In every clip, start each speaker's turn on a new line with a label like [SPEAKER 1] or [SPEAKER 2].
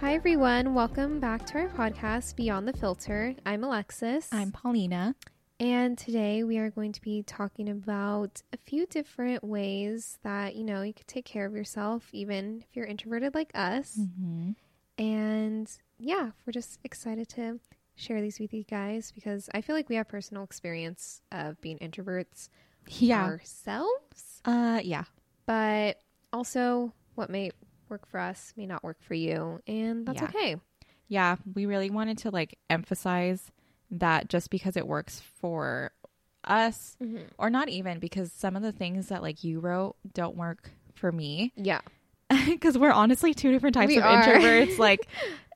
[SPEAKER 1] Hi, everyone. Welcome back to our podcast, Beyond the Filter. I'm Alexis.
[SPEAKER 2] I'm Paulina.
[SPEAKER 1] And today we are going to be talking about a few different ways that, you know, you could take care of yourself, even if you're introverted like us.
[SPEAKER 2] Mm-hmm.
[SPEAKER 1] And yeah, we're just excited to share these with you guys because I feel like we have personal experience of being introverts
[SPEAKER 2] Yeah.
[SPEAKER 1] ourselves.
[SPEAKER 2] Uh, yeah.
[SPEAKER 1] But also, what may work for us may not work for you. And that's
[SPEAKER 2] Yeah.
[SPEAKER 1] okay.
[SPEAKER 2] Yeah. We really wanted to like emphasize that just because it works for us,
[SPEAKER 1] Mhm.
[SPEAKER 2] or not even because some of the things that like you wrote don't work for me.
[SPEAKER 1] Yeah.
[SPEAKER 2] Because we're honestly two different types
[SPEAKER 1] We
[SPEAKER 2] of
[SPEAKER 1] are.
[SPEAKER 2] introverts. like,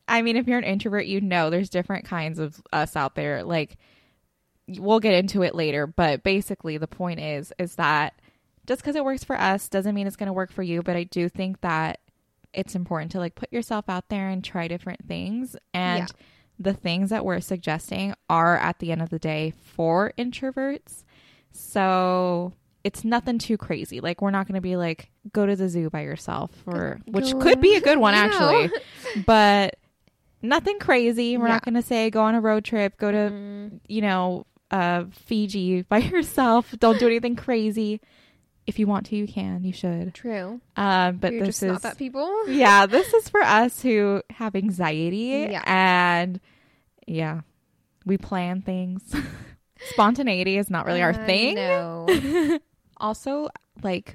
[SPEAKER 2] I mean, if you're an introvert, you know there's different kinds of us out there. Like, we'll get into it later, but basically the point is is that just because it works for us doesn't mean it's going to work for you. But I do think that it's important to like put yourself out there and try different things. And the things that we're suggesting are at the end of the day for introverts. So it's nothing too crazy. Like we're not going to be like go to the zoo by yourself or which
[SPEAKER 1] Go-
[SPEAKER 2] could be a good one
[SPEAKER 1] No.
[SPEAKER 2] actually. But nothing crazy. We're not
[SPEAKER 1] Yeah. Mm-hmm.
[SPEAKER 2] going to say go on a road trip, go to
[SPEAKER 1] Mm,
[SPEAKER 2] you know, uh, Fiji by yourself. Don't do anything crazy. If you want to, you can. You should.
[SPEAKER 1] True.
[SPEAKER 2] Um, but
[SPEAKER 1] We're
[SPEAKER 2] this
[SPEAKER 1] just
[SPEAKER 2] is
[SPEAKER 1] not that people.
[SPEAKER 2] yeah, this is for us who have anxiety
[SPEAKER 1] Yeah.
[SPEAKER 2] and yeah, we plan things. Spontaneity is not really our
[SPEAKER 1] I
[SPEAKER 2] thing.
[SPEAKER 1] know.
[SPEAKER 2] Also, like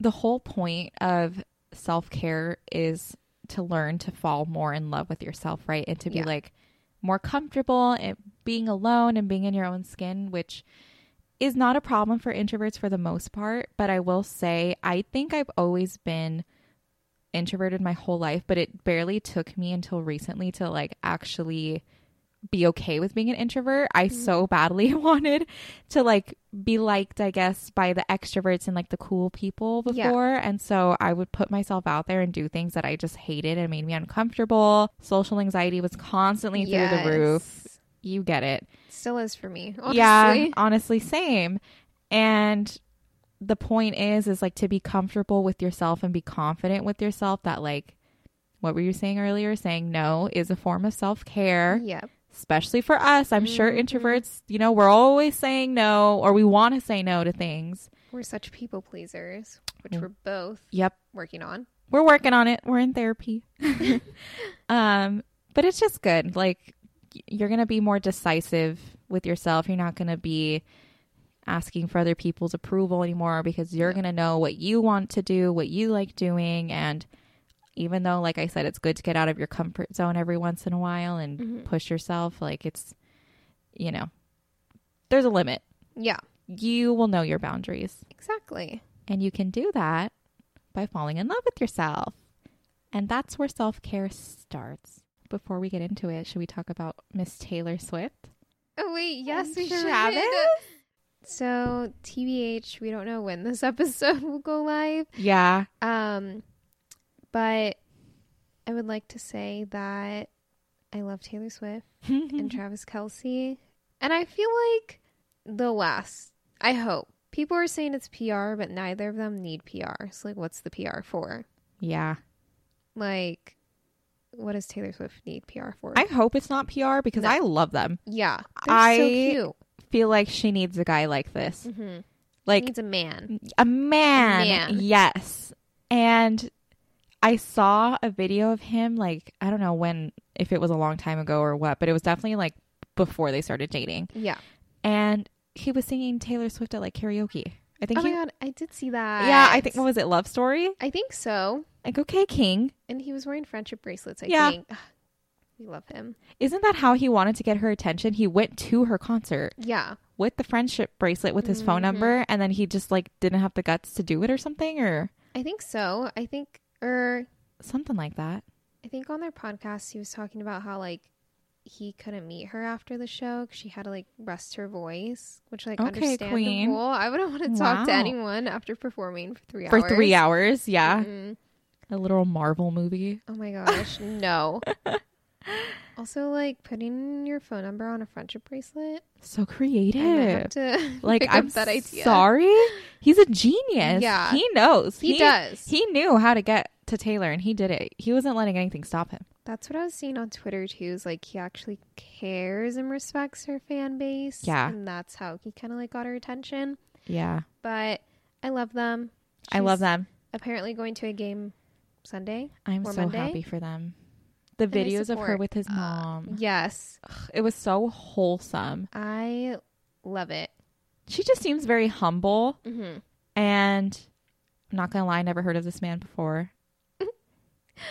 [SPEAKER 2] the whole point of self care is to learn to fall more in love with yourself, right? And to be
[SPEAKER 1] Yeah.
[SPEAKER 2] like more comfortable and being alone and being in your own skin, which is not a problem for introverts for the most part. But I will say, I think I've always been introverted my whole life, but it barely took me until recently to like actually be okay with being an introvert. I so badly wanted to like be liked, I guess, by the extroverts and like the cool people
[SPEAKER 1] Yeah.
[SPEAKER 2] before. And so I would put myself out there and do things that I just hated and made me uncomfortable. Social anxiety was constantly through the roof.
[SPEAKER 1] Yes.
[SPEAKER 2] You get it.
[SPEAKER 1] Still is for me. Honestly.
[SPEAKER 2] Yeah, honestly, same. And the point is, is like to be comfortable with yourself and be confident with yourself that, like, what were you saying earlier? Saying no is a form of self care
[SPEAKER 1] Yep.
[SPEAKER 2] especially for us. I'm sure
[SPEAKER 1] Mhm.
[SPEAKER 2] introverts, you know, we're always saying no or we want to say no to things.
[SPEAKER 1] We're such people pleasers, which
[SPEAKER 2] Mm.
[SPEAKER 1] we're both
[SPEAKER 2] Yep.
[SPEAKER 1] working on.
[SPEAKER 2] We're working on it. We're in therapy. um, but it's just good. Like y- you're going to be more decisive with yourself. You're not going to be asking for other people's approval anymore because you're
[SPEAKER 1] No.
[SPEAKER 2] going to know what you want to do, what you like doing and even though like I said it's good to get out of your comfort zone every once in a while and
[SPEAKER 1] Mhm.
[SPEAKER 2] push yourself, like it's you know, there's a limit.
[SPEAKER 1] Yeah,
[SPEAKER 2] you will know your boundaries.
[SPEAKER 1] exactly.
[SPEAKER 2] And you can do that by falling in love with yourself. And that's where self care starts. Before we get into it, should we talk about Miss Taylor Swift?
[SPEAKER 1] Oh wait, yes,
[SPEAKER 2] And
[SPEAKER 1] we
[SPEAKER 2] Travis?
[SPEAKER 1] should. So, TBH, we don't know when this episode will go live.
[SPEAKER 2] Yeah.
[SPEAKER 1] Um, but I would like to say that I love Taylor Swift. and
[SPEAKER 2] Mm-hmm.
[SPEAKER 1] Travis Kelsey. And I feel like the last, I hope. People are saying it's PR, but neither of them need PR. So, like, what's the PR for?
[SPEAKER 2] yeah.
[SPEAKER 1] Like, what does Taylor Swift need PR for?
[SPEAKER 2] I hope it's not PR because
[SPEAKER 1] No.
[SPEAKER 2] I love them.
[SPEAKER 1] yeah. They're
[SPEAKER 2] I
[SPEAKER 1] so
[SPEAKER 2] feel like she needs a guy like this.
[SPEAKER 1] cute. hmm
[SPEAKER 2] Like
[SPEAKER 1] needs a man.
[SPEAKER 2] a man.
[SPEAKER 1] man.
[SPEAKER 2] Yes. And I saw a video of him like I don't know when if it was a long time ago or what, but it was definitely like before they started dating.
[SPEAKER 1] Yeah.
[SPEAKER 2] and he was singing Taylor Swift at like karaoke. I think
[SPEAKER 1] Oh
[SPEAKER 2] he,
[SPEAKER 1] my God. I did see that.
[SPEAKER 2] yeah, I think what was it, Love Story?
[SPEAKER 1] I think so.
[SPEAKER 2] Like, okay, King,
[SPEAKER 1] And he was wearing friendship bracelets, I
[SPEAKER 2] Yeah.
[SPEAKER 1] think. Ugh, we love him.
[SPEAKER 2] isn't that how he wanted to get her attention? He went to her concert
[SPEAKER 1] Yeah.
[SPEAKER 2] with the friendship bracelet with his phone
[SPEAKER 1] Mm-hmm.
[SPEAKER 2] number, and then he just like didn't have the guts to do it or something or
[SPEAKER 1] I think so. I think, er, or
[SPEAKER 2] something like that.
[SPEAKER 1] I think on their podcast he was talking about how like he couldn't meet her after the show 'cause she had to like rest her voice, which like
[SPEAKER 2] Okay,
[SPEAKER 1] understandable.
[SPEAKER 2] queen.
[SPEAKER 1] I wouldn't want to talk to
[SPEAKER 2] Wow.
[SPEAKER 1] anyone after performing for three
[SPEAKER 2] For
[SPEAKER 1] hours. Mm-hmm.
[SPEAKER 2] three hours, yeah,
[SPEAKER 1] Mm-mm.
[SPEAKER 2] a little Marvel movie.
[SPEAKER 1] Oh my gosh, no. also, like putting your phone number on a friendship bracelet.
[SPEAKER 2] So
[SPEAKER 1] I might have
[SPEAKER 2] creative.
[SPEAKER 1] to
[SPEAKER 2] Like
[SPEAKER 1] pick
[SPEAKER 2] I'm
[SPEAKER 1] up that idea.
[SPEAKER 2] sorry, he's a genius.
[SPEAKER 1] Yeah.
[SPEAKER 2] he knows.
[SPEAKER 1] He, does.
[SPEAKER 2] He knew how to get to Taylor, and he did it. He wasn't letting anything stop him.
[SPEAKER 1] That's what I was seeing on Twitter too. Is like he actually cares and respects her fan base.
[SPEAKER 2] Yeah.
[SPEAKER 1] and that's how he kind of like got her attention.
[SPEAKER 2] Yeah,
[SPEAKER 1] But I love them.
[SPEAKER 2] I love
[SPEAKER 1] She's
[SPEAKER 2] them.
[SPEAKER 1] Apparently going to a game Sunday.
[SPEAKER 2] I'm
[SPEAKER 1] or
[SPEAKER 2] so
[SPEAKER 1] Monday.
[SPEAKER 2] happy for them. The
[SPEAKER 1] I
[SPEAKER 2] videos of her
[SPEAKER 1] support,
[SPEAKER 2] with his
[SPEAKER 1] uh,
[SPEAKER 2] mom.
[SPEAKER 1] Yes,
[SPEAKER 2] it was so wholesome.
[SPEAKER 1] I love it.
[SPEAKER 2] She just seems very humble,
[SPEAKER 1] Mm-hmm.
[SPEAKER 2] and I'm not gonna lie, I never heard of this man before.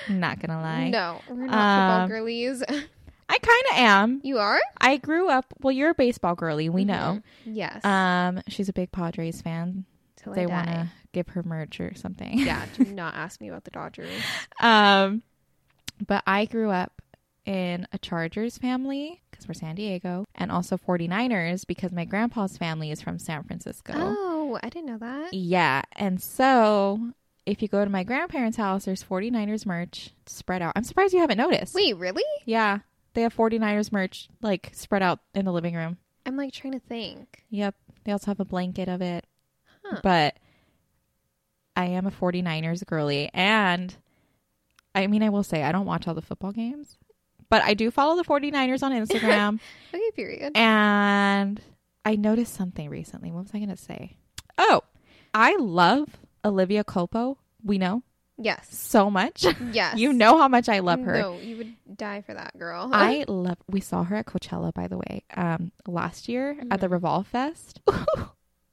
[SPEAKER 2] not gonna lie,
[SPEAKER 1] No, we're not
[SPEAKER 2] Um,
[SPEAKER 1] football girlies.
[SPEAKER 2] I kind of am.
[SPEAKER 1] you are? Mm-hmm.
[SPEAKER 2] I grew up. Well, you're a baseball girly. We know.
[SPEAKER 1] Yes.
[SPEAKER 2] Um, she's a big Padres fan.
[SPEAKER 1] Till
[SPEAKER 2] they
[SPEAKER 1] I die.
[SPEAKER 2] want to give her merch or something.
[SPEAKER 1] yeah, do not ask me about the Dodgers.
[SPEAKER 2] Um, but I grew up in a Chargers family because we're San Diego, and also 49ers because my grandpa's family is from San Francisco.
[SPEAKER 1] Oh, I didn't know that.
[SPEAKER 2] Yeah, and so if you go to my grandparents' house, there's 49ers merch spread out. I'm surprised you haven't noticed.
[SPEAKER 1] Wait, really?
[SPEAKER 2] Yeah, they have 49ers merch like spread out in the living room.
[SPEAKER 1] I'm like trying to think.
[SPEAKER 2] Yep. They also have a blanket of it.
[SPEAKER 1] Huh.
[SPEAKER 2] But I am a 49ers girly. And I mean, I will say, I don't watch all the football games, but I do follow the 49ers on Instagram.
[SPEAKER 1] Okay, period.
[SPEAKER 2] and I noticed something recently. What was I going to say? Oh, I love Olivia Culpo. We know
[SPEAKER 1] Yes.
[SPEAKER 2] so much.
[SPEAKER 1] Yes.
[SPEAKER 2] You know how much I love her.
[SPEAKER 1] No, you would die for that girl.
[SPEAKER 2] I love. We saw her at Coachella, by the way, um, last year
[SPEAKER 1] Mm-hmm.
[SPEAKER 2] at the Revolve Fest.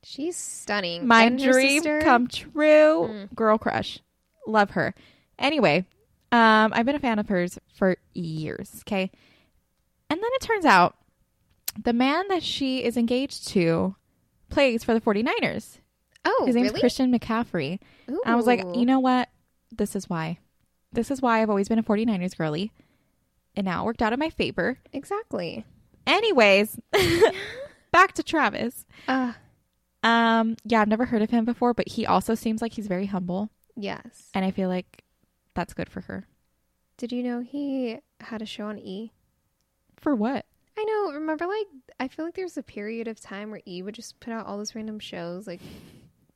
[SPEAKER 1] She's stunning.
[SPEAKER 2] my
[SPEAKER 1] And her
[SPEAKER 2] dream
[SPEAKER 1] sister- Hmm.
[SPEAKER 2] come true girl crush love her anyway um i've been a fan of hers for years okay and then it turns out the man that she is engaged to plays for the 49ers
[SPEAKER 1] Oh,
[SPEAKER 2] his name's
[SPEAKER 1] really?
[SPEAKER 2] christian mccaffrey
[SPEAKER 1] Ooh.
[SPEAKER 2] and i was like you know what this is why this is why i've always been a 49ers girly and now it worked out in my favor
[SPEAKER 1] exactly.
[SPEAKER 2] anyways back to travis
[SPEAKER 1] Uh,
[SPEAKER 2] um, yeah, I've never heard of him before, but he also seems like he's very humble,
[SPEAKER 1] yes.
[SPEAKER 2] and I feel like that's good for her.
[SPEAKER 1] Did you know he had a show on E?
[SPEAKER 2] For what?
[SPEAKER 1] I know. Remember, like, I feel like there was a period of time where E would just put out all those random shows. Like,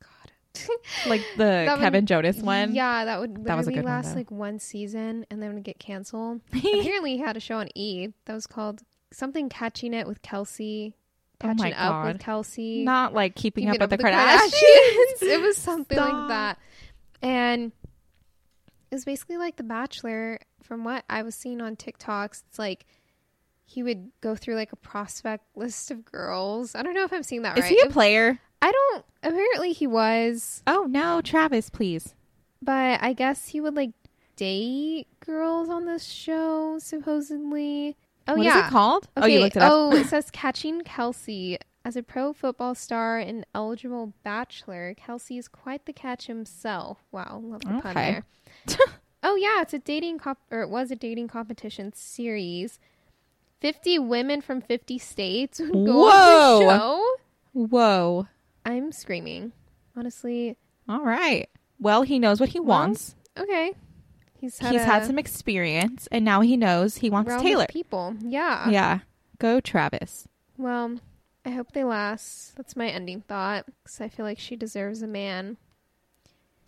[SPEAKER 1] God.
[SPEAKER 2] Like the
[SPEAKER 1] That
[SPEAKER 2] Kevin Jonas one?
[SPEAKER 1] Yeah, that would
[SPEAKER 2] That was a
[SPEAKER 1] literally
[SPEAKER 2] good one,
[SPEAKER 1] last
[SPEAKER 2] though.
[SPEAKER 1] like one season and then it would get canceled. Apparently, he had a show on E that was called something Catching It with Kelsey,
[SPEAKER 2] Oh my
[SPEAKER 1] Catching Up
[SPEAKER 2] God.
[SPEAKER 1] with Kelsey,
[SPEAKER 2] Not like keeping,
[SPEAKER 1] Keeping
[SPEAKER 2] up, with the
[SPEAKER 1] Kardashians.
[SPEAKER 2] Kardashians.
[SPEAKER 1] it was something
[SPEAKER 2] Stop.
[SPEAKER 1] like that. And it was basically like The Bachelor, from what I was seeing on TikToks. It's like he would go through like a prospect list of girls. I don't know if I'm seeing that
[SPEAKER 2] Is
[SPEAKER 1] right.
[SPEAKER 2] he a player?
[SPEAKER 1] I don't. Apparently, he was.
[SPEAKER 2] Oh no, Travis, please.
[SPEAKER 1] But I guess he would like date girls on this show, supposedly. Oh
[SPEAKER 2] What is
[SPEAKER 1] yeah.
[SPEAKER 2] it called? Oh, you
[SPEAKER 1] Okay,
[SPEAKER 2] looked it up.
[SPEAKER 1] Oh, it says catching Kelsey. As a pro football star and eligible bachelor, Kelsey is quite the catch himself. Wow, love the pun
[SPEAKER 2] Okay.
[SPEAKER 1] there. oh yeah, it's a dating comp or it was a dating competition series. Fifty women from fifty states would go on
[SPEAKER 2] Whoa.
[SPEAKER 1] the show.
[SPEAKER 2] Whoa.
[SPEAKER 1] I'm screaming. Honestly,
[SPEAKER 2] All right. Well, he knows what he wants.
[SPEAKER 1] okay. He's had,
[SPEAKER 2] He's
[SPEAKER 1] a
[SPEAKER 2] had some experience, and now he knows he wants
[SPEAKER 1] realm of
[SPEAKER 2] Taylor.
[SPEAKER 1] people. Yeah.
[SPEAKER 2] Yeah. Go, Travis.
[SPEAKER 1] Well, I hope they last. That's my ending thought because I feel like she deserves a man,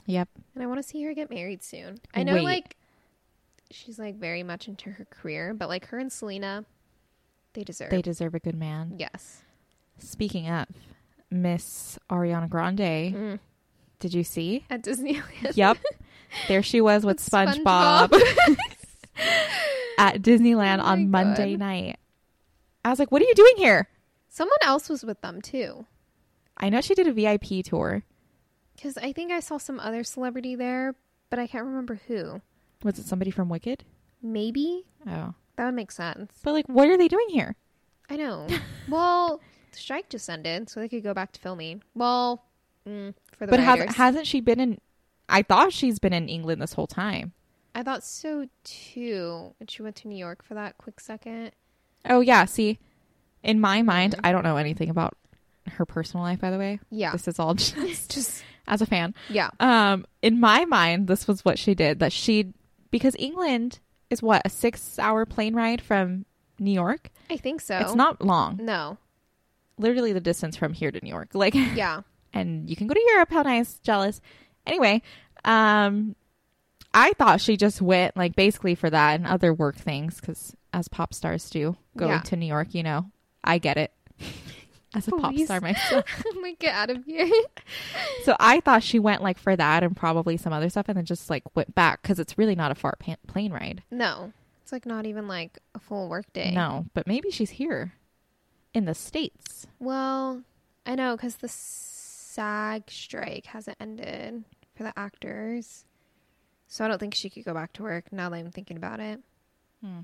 [SPEAKER 2] Yep.
[SPEAKER 1] and I want to see her get married soon. I know,
[SPEAKER 2] Wait.
[SPEAKER 1] like, she's like very much into her career, but like her and Selena, they deserve.
[SPEAKER 2] They deserve a good man.
[SPEAKER 1] yes.
[SPEAKER 2] Speaking of Miss Ariana Grande,
[SPEAKER 1] Mm.
[SPEAKER 2] did you see?
[SPEAKER 1] At Disneyland.
[SPEAKER 2] Yep. there she was with
[SPEAKER 1] With
[SPEAKER 2] SpongeBob, at Disneyland
[SPEAKER 1] Oh my
[SPEAKER 2] on Monday
[SPEAKER 1] God.
[SPEAKER 2] night. I was like, what are you doing here?
[SPEAKER 1] Someone else was with them too,
[SPEAKER 2] I know she did a VIP tour.
[SPEAKER 1] because I think I saw some other celebrity there, but I can't remember who.
[SPEAKER 2] Was it somebody from Wicked?
[SPEAKER 1] Maybe
[SPEAKER 2] Oh.
[SPEAKER 1] that would make sense.
[SPEAKER 2] But like, what are they doing here?
[SPEAKER 1] I know. well, the strike just ended, so they could go back to filming. Well, mm, for the
[SPEAKER 2] but has,
[SPEAKER 1] writers,
[SPEAKER 2] hasn't she been in. I thought she's been in England this whole time.
[SPEAKER 1] I thought so too. And she went to New York for that quick second.
[SPEAKER 2] Oh, yeah. See, in my mind, I don't know anything about her personal life, by the way.
[SPEAKER 1] Yeah,
[SPEAKER 2] This is all just,
[SPEAKER 1] just
[SPEAKER 2] as a fan.
[SPEAKER 1] yeah,
[SPEAKER 2] um in my mind this was what she did that she because england is what a six hour plane ride from new york
[SPEAKER 1] I think so.
[SPEAKER 2] it's not long
[SPEAKER 1] No,
[SPEAKER 2] literally the distance from here to new york like
[SPEAKER 1] yeah,
[SPEAKER 2] and you can go to europe how nice jealous anyway um I thought she just went like basically for that and other work things because as pop stars do, going
[SPEAKER 1] Yeah.
[SPEAKER 2] to New York, you know, I get it. As a pop
[SPEAKER 1] Please.
[SPEAKER 2] star myself.
[SPEAKER 1] I'm like, get out of here.
[SPEAKER 2] So I thought she went like for that and probably some other stuff and then just like went back because it's really not a far pa- plane ride.
[SPEAKER 1] no, it's like not even like a full work day.
[SPEAKER 2] No, but maybe she's here in the States.
[SPEAKER 1] Well, I know because the SAG strike hasn't ended for the actors. So I don't think she could go back to work now that I'm thinking about it.
[SPEAKER 2] Hmm.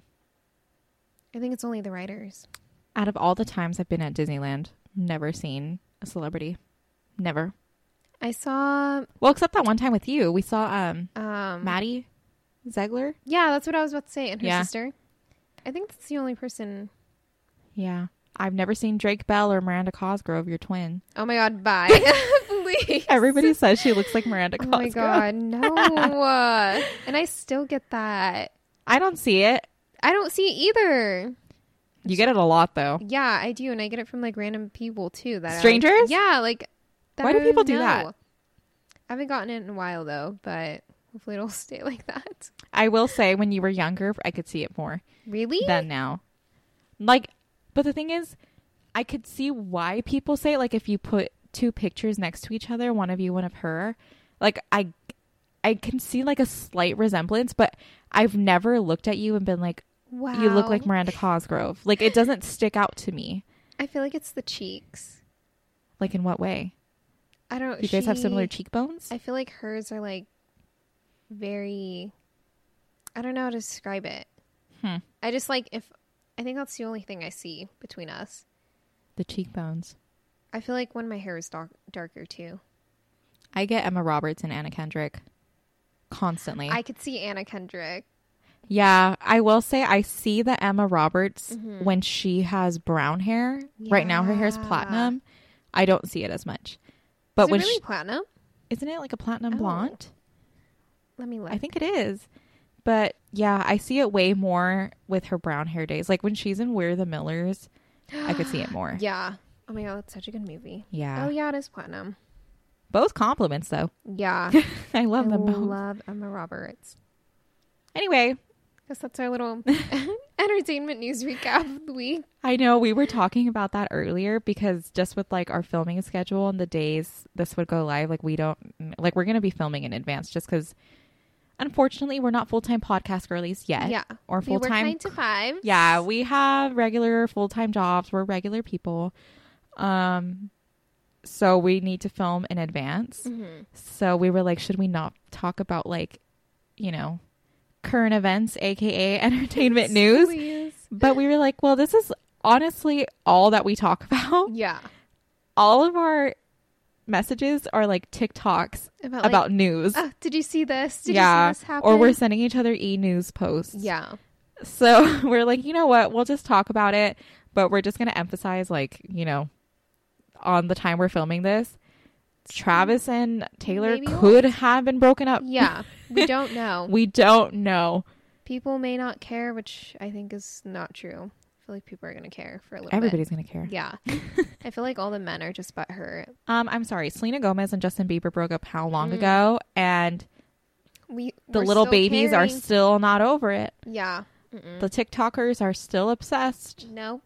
[SPEAKER 1] I think it's only the writers.
[SPEAKER 2] Out of all the times I've been at Disneyland, never seen a celebrity. Never.
[SPEAKER 1] I saw
[SPEAKER 2] Well, except that one time with you. We saw um
[SPEAKER 1] um
[SPEAKER 2] Maddie Zegler.
[SPEAKER 1] Yeah, that's what I was about to say, and her
[SPEAKER 2] Yeah.
[SPEAKER 1] sister. I think that's the only person
[SPEAKER 2] Yeah. I've never seen Drake Bell or Miranda Cosgrove, your twin.
[SPEAKER 1] Oh my god, bye. Please.
[SPEAKER 2] Everybody says she looks like Miranda
[SPEAKER 1] Oh
[SPEAKER 2] Cosgrove.
[SPEAKER 1] my god, no. and I still get that.
[SPEAKER 2] I don't see it.
[SPEAKER 1] I don't see it either.
[SPEAKER 2] You get it a lot though.
[SPEAKER 1] Yeah, I do, and I get it from like random people too. That I, like-
[SPEAKER 2] Strangers?
[SPEAKER 1] yeah, like that
[SPEAKER 2] Why
[SPEAKER 1] I
[SPEAKER 2] do
[SPEAKER 1] don't
[SPEAKER 2] people
[SPEAKER 1] even
[SPEAKER 2] do that?
[SPEAKER 1] know. I haven't gotten it in a while though, but hopefully it'll stay like that.
[SPEAKER 2] I will say when you were younger, I could see it more
[SPEAKER 1] Really?
[SPEAKER 2] than now. Like, but the thing is, I could see why people say it. Like, if you put two pictures next to each other, one of you, one of her, like I, I can see like a slight resemblance, but I've never looked at you and been like,
[SPEAKER 1] wow.
[SPEAKER 2] you look like Miranda Cosgrove. Like, it doesn't stick out to me.
[SPEAKER 1] I feel like it's the cheeks.
[SPEAKER 2] Like, in what way?
[SPEAKER 1] I don't.
[SPEAKER 2] You guys have
[SPEAKER 1] she-
[SPEAKER 2] similar cheekbones?
[SPEAKER 1] I feel like hers are like very. I don't know how to describe it.
[SPEAKER 2] Hmm.
[SPEAKER 1] I just like if I think that's the only thing I see between us.
[SPEAKER 2] the cheekbones.
[SPEAKER 1] I feel like when my hair is dark, darker too.
[SPEAKER 2] I get Emma Roberts and Anna Kendrick constantly.
[SPEAKER 1] I could see Anna Kendrick.
[SPEAKER 2] Yeah, I will say I see the Emma Roberts when she has brown hair. Right now, her hair's
[SPEAKER 1] Mm-hmm. Yeah.
[SPEAKER 2] platinum. I don't see it as much. But
[SPEAKER 1] is
[SPEAKER 2] when
[SPEAKER 1] it really
[SPEAKER 2] she,
[SPEAKER 1] platinum?
[SPEAKER 2] isn't it like a platinum
[SPEAKER 1] Oh.
[SPEAKER 2] blonde?
[SPEAKER 1] Let me look.
[SPEAKER 2] I think it is. But yeah, I see it way more with her brown hair days. Like when she's in We're the Millers, I could see it more.
[SPEAKER 1] Yeah. Oh my god, that's such a good movie.
[SPEAKER 2] Yeah.
[SPEAKER 1] Oh yeah, it is platinum.
[SPEAKER 2] Both compliments though.
[SPEAKER 1] Yeah.
[SPEAKER 2] I
[SPEAKER 1] I
[SPEAKER 2] love them both.
[SPEAKER 1] love Emma Roberts.
[SPEAKER 2] anyway,
[SPEAKER 1] Guess that's our little entertainment news recap of the week.
[SPEAKER 2] I know we were talking about that earlier because just with like our filming schedule and the days this would go live, like we don't like we're gonna be filming in advance just because unfortunately we're not full time podcast girlies yet.
[SPEAKER 1] Yeah.
[SPEAKER 2] Or
[SPEAKER 1] We
[SPEAKER 2] full
[SPEAKER 1] work
[SPEAKER 2] time.
[SPEAKER 1] nine to five.
[SPEAKER 2] yeah, we have regular full time jobs. We're regular people. Um so we need to film in advance.
[SPEAKER 1] Mhm.
[SPEAKER 2] So we were like, should we not talk about like, you know, current events, aka entertainment news?
[SPEAKER 1] Please.
[SPEAKER 2] But we were like, well, this is honestly all that we talk about.
[SPEAKER 1] Yeah.
[SPEAKER 2] All of our messages are like TikToks
[SPEAKER 1] About, like,
[SPEAKER 2] about news.
[SPEAKER 1] oh, did you see this? Did
[SPEAKER 2] yeah.
[SPEAKER 1] you see this happen?
[SPEAKER 2] or we're sending each other e news posts.
[SPEAKER 1] Yeah.
[SPEAKER 2] So we're like, you know what? We'll just talk about it, but we're just going to emphasize, like, you know, on the time we're filming this, Travis and Taylor
[SPEAKER 1] Maybe
[SPEAKER 2] could have been broken up.
[SPEAKER 1] Yeah. We don't know.
[SPEAKER 2] We don't know.
[SPEAKER 1] people may not care, which I think is not true. I feel like people are gonna care for a little
[SPEAKER 2] Everybody's going to care.
[SPEAKER 1] bit. Yeah. I feel like all the men are just butthurt.
[SPEAKER 2] Um, I'm sorry. Selena Gomez and Justin Bieber broke up how long
[SPEAKER 1] Mm.
[SPEAKER 2] ago? And
[SPEAKER 1] We
[SPEAKER 2] the
[SPEAKER 1] we're
[SPEAKER 2] little
[SPEAKER 1] still
[SPEAKER 2] babies are
[SPEAKER 1] caring. Mm.
[SPEAKER 2] still not over it.
[SPEAKER 1] Yeah.
[SPEAKER 2] The TikTokers are still obsessed.
[SPEAKER 1] No.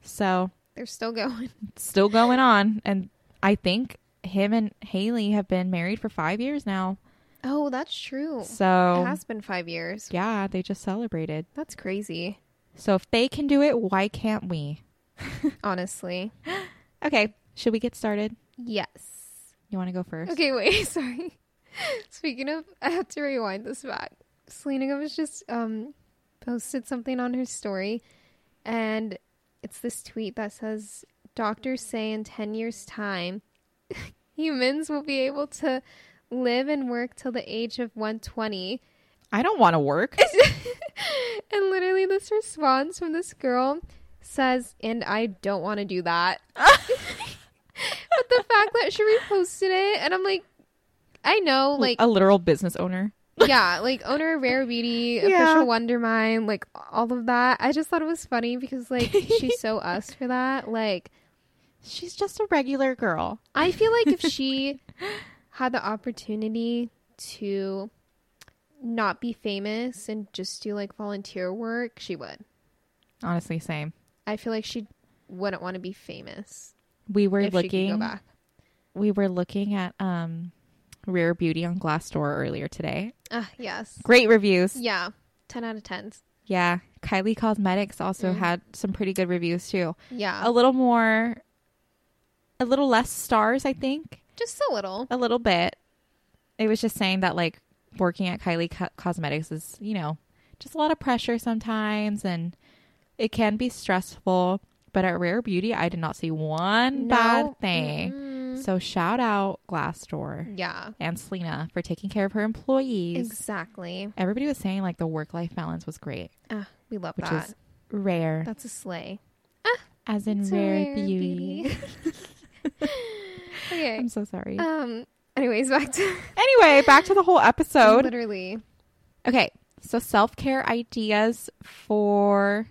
[SPEAKER 2] So
[SPEAKER 1] They're still going.
[SPEAKER 2] it's still going on. And I think him and Haley have been married for five years now.
[SPEAKER 1] Oh, that's true.
[SPEAKER 2] So
[SPEAKER 1] It has been five years.
[SPEAKER 2] yeah, they just celebrated.
[SPEAKER 1] That's crazy,
[SPEAKER 2] So if they can do it, why can't we?
[SPEAKER 1] honestly.
[SPEAKER 2] Okay. Should we get started?
[SPEAKER 1] Yes.
[SPEAKER 2] You want to go first?
[SPEAKER 1] Okay, wait, sorry. Speaking of, I have to rewind this back. Selena Gomez just um, posted something on her story, and it's this tweet that says Doctors say in 10 years' time, humans will be able to live and work till the age of 120.
[SPEAKER 2] I don't want to work.
[SPEAKER 1] And literally, this response from this girl says, and I don't want to do that. but the fact that she reposted it, and I'm like, I know, like,
[SPEAKER 2] a literal business owner.
[SPEAKER 1] yeah, like owner of Rare Beauty,
[SPEAKER 2] Yeah.
[SPEAKER 1] official Wonder Mind, like all of that. I just thought it was funny because, like, she's so us for that. Like,
[SPEAKER 2] She's just a regular girl.
[SPEAKER 1] I feel like if she had the opportunity to not be famous and just do like volunteer work, she would.
[SPEAKER 2] Honestly, same.
[SPEAKER 1] I feel like she wouldn't want to be famous
[SPEAKER 2] We were
[SPEAKER 1] if she could go
[SPEAKER 2] looking
[SPEAKER 1] back.
[SPEAKER 2] we were looking at um Rare Beauty on Glassdoor earlier today.
[SPEAKER 1] Ah, yes.
[SPEAKER 2] Great reviews.
[SPEAKER 1] Yeah. 10 out of 10s.
[SPEAKER 2] Yeah. Kylie Cosmetics also had some pretty good reviews too.
[SPEAKER 1] Yeah.
[SPEAKER 2] A little more a little less stars, I think.
[SPEAKER 1] Just a little.
[SPEAKER 2] A little bit. It was just saying that like working at Kylie Co- Cosmetics is, you know, just a lot of pressure sometimes and it can be stressful, but at Rare Beauty I did not see one
[SPEAKER 1] No.
[SPEAKER 2] bad thing.
[SPEAKER 1] Mm-mm.
[SPEAKER 2] So shout out Glassdoor.
[SPEAKER 1] Yeah.
[SPEAKER 2] and Selena for taking care of her employees.
[SPEAKER 1] Exactly.
[SPEAKER 2] Everybody was saying like the work life balance was great,
[SPEAKER 1] Ah, we love
[SPEAKER 2] which
[SPEAKER 1] that.
[SPEAKER 2] is rare,
[SPEAKER 1] That's a sleigh.
[SPEAKER 2] as in
[SPEAKER 1] It's a
[SPEAKER 2] rare,
[SPEAKER 1] rare
[SPEAKER 2] beauty.
[SPEAKER 1] beauty. Okay.
[SPEAKER 2] I'm so sorry.
[SPEAKER 1] Um. Anyways, back to
[SPEAKER 2] anyway, back to the whole episode.
[SPEAKER 1] literally.
[SPEAKER 2] Okay, so self care ideas for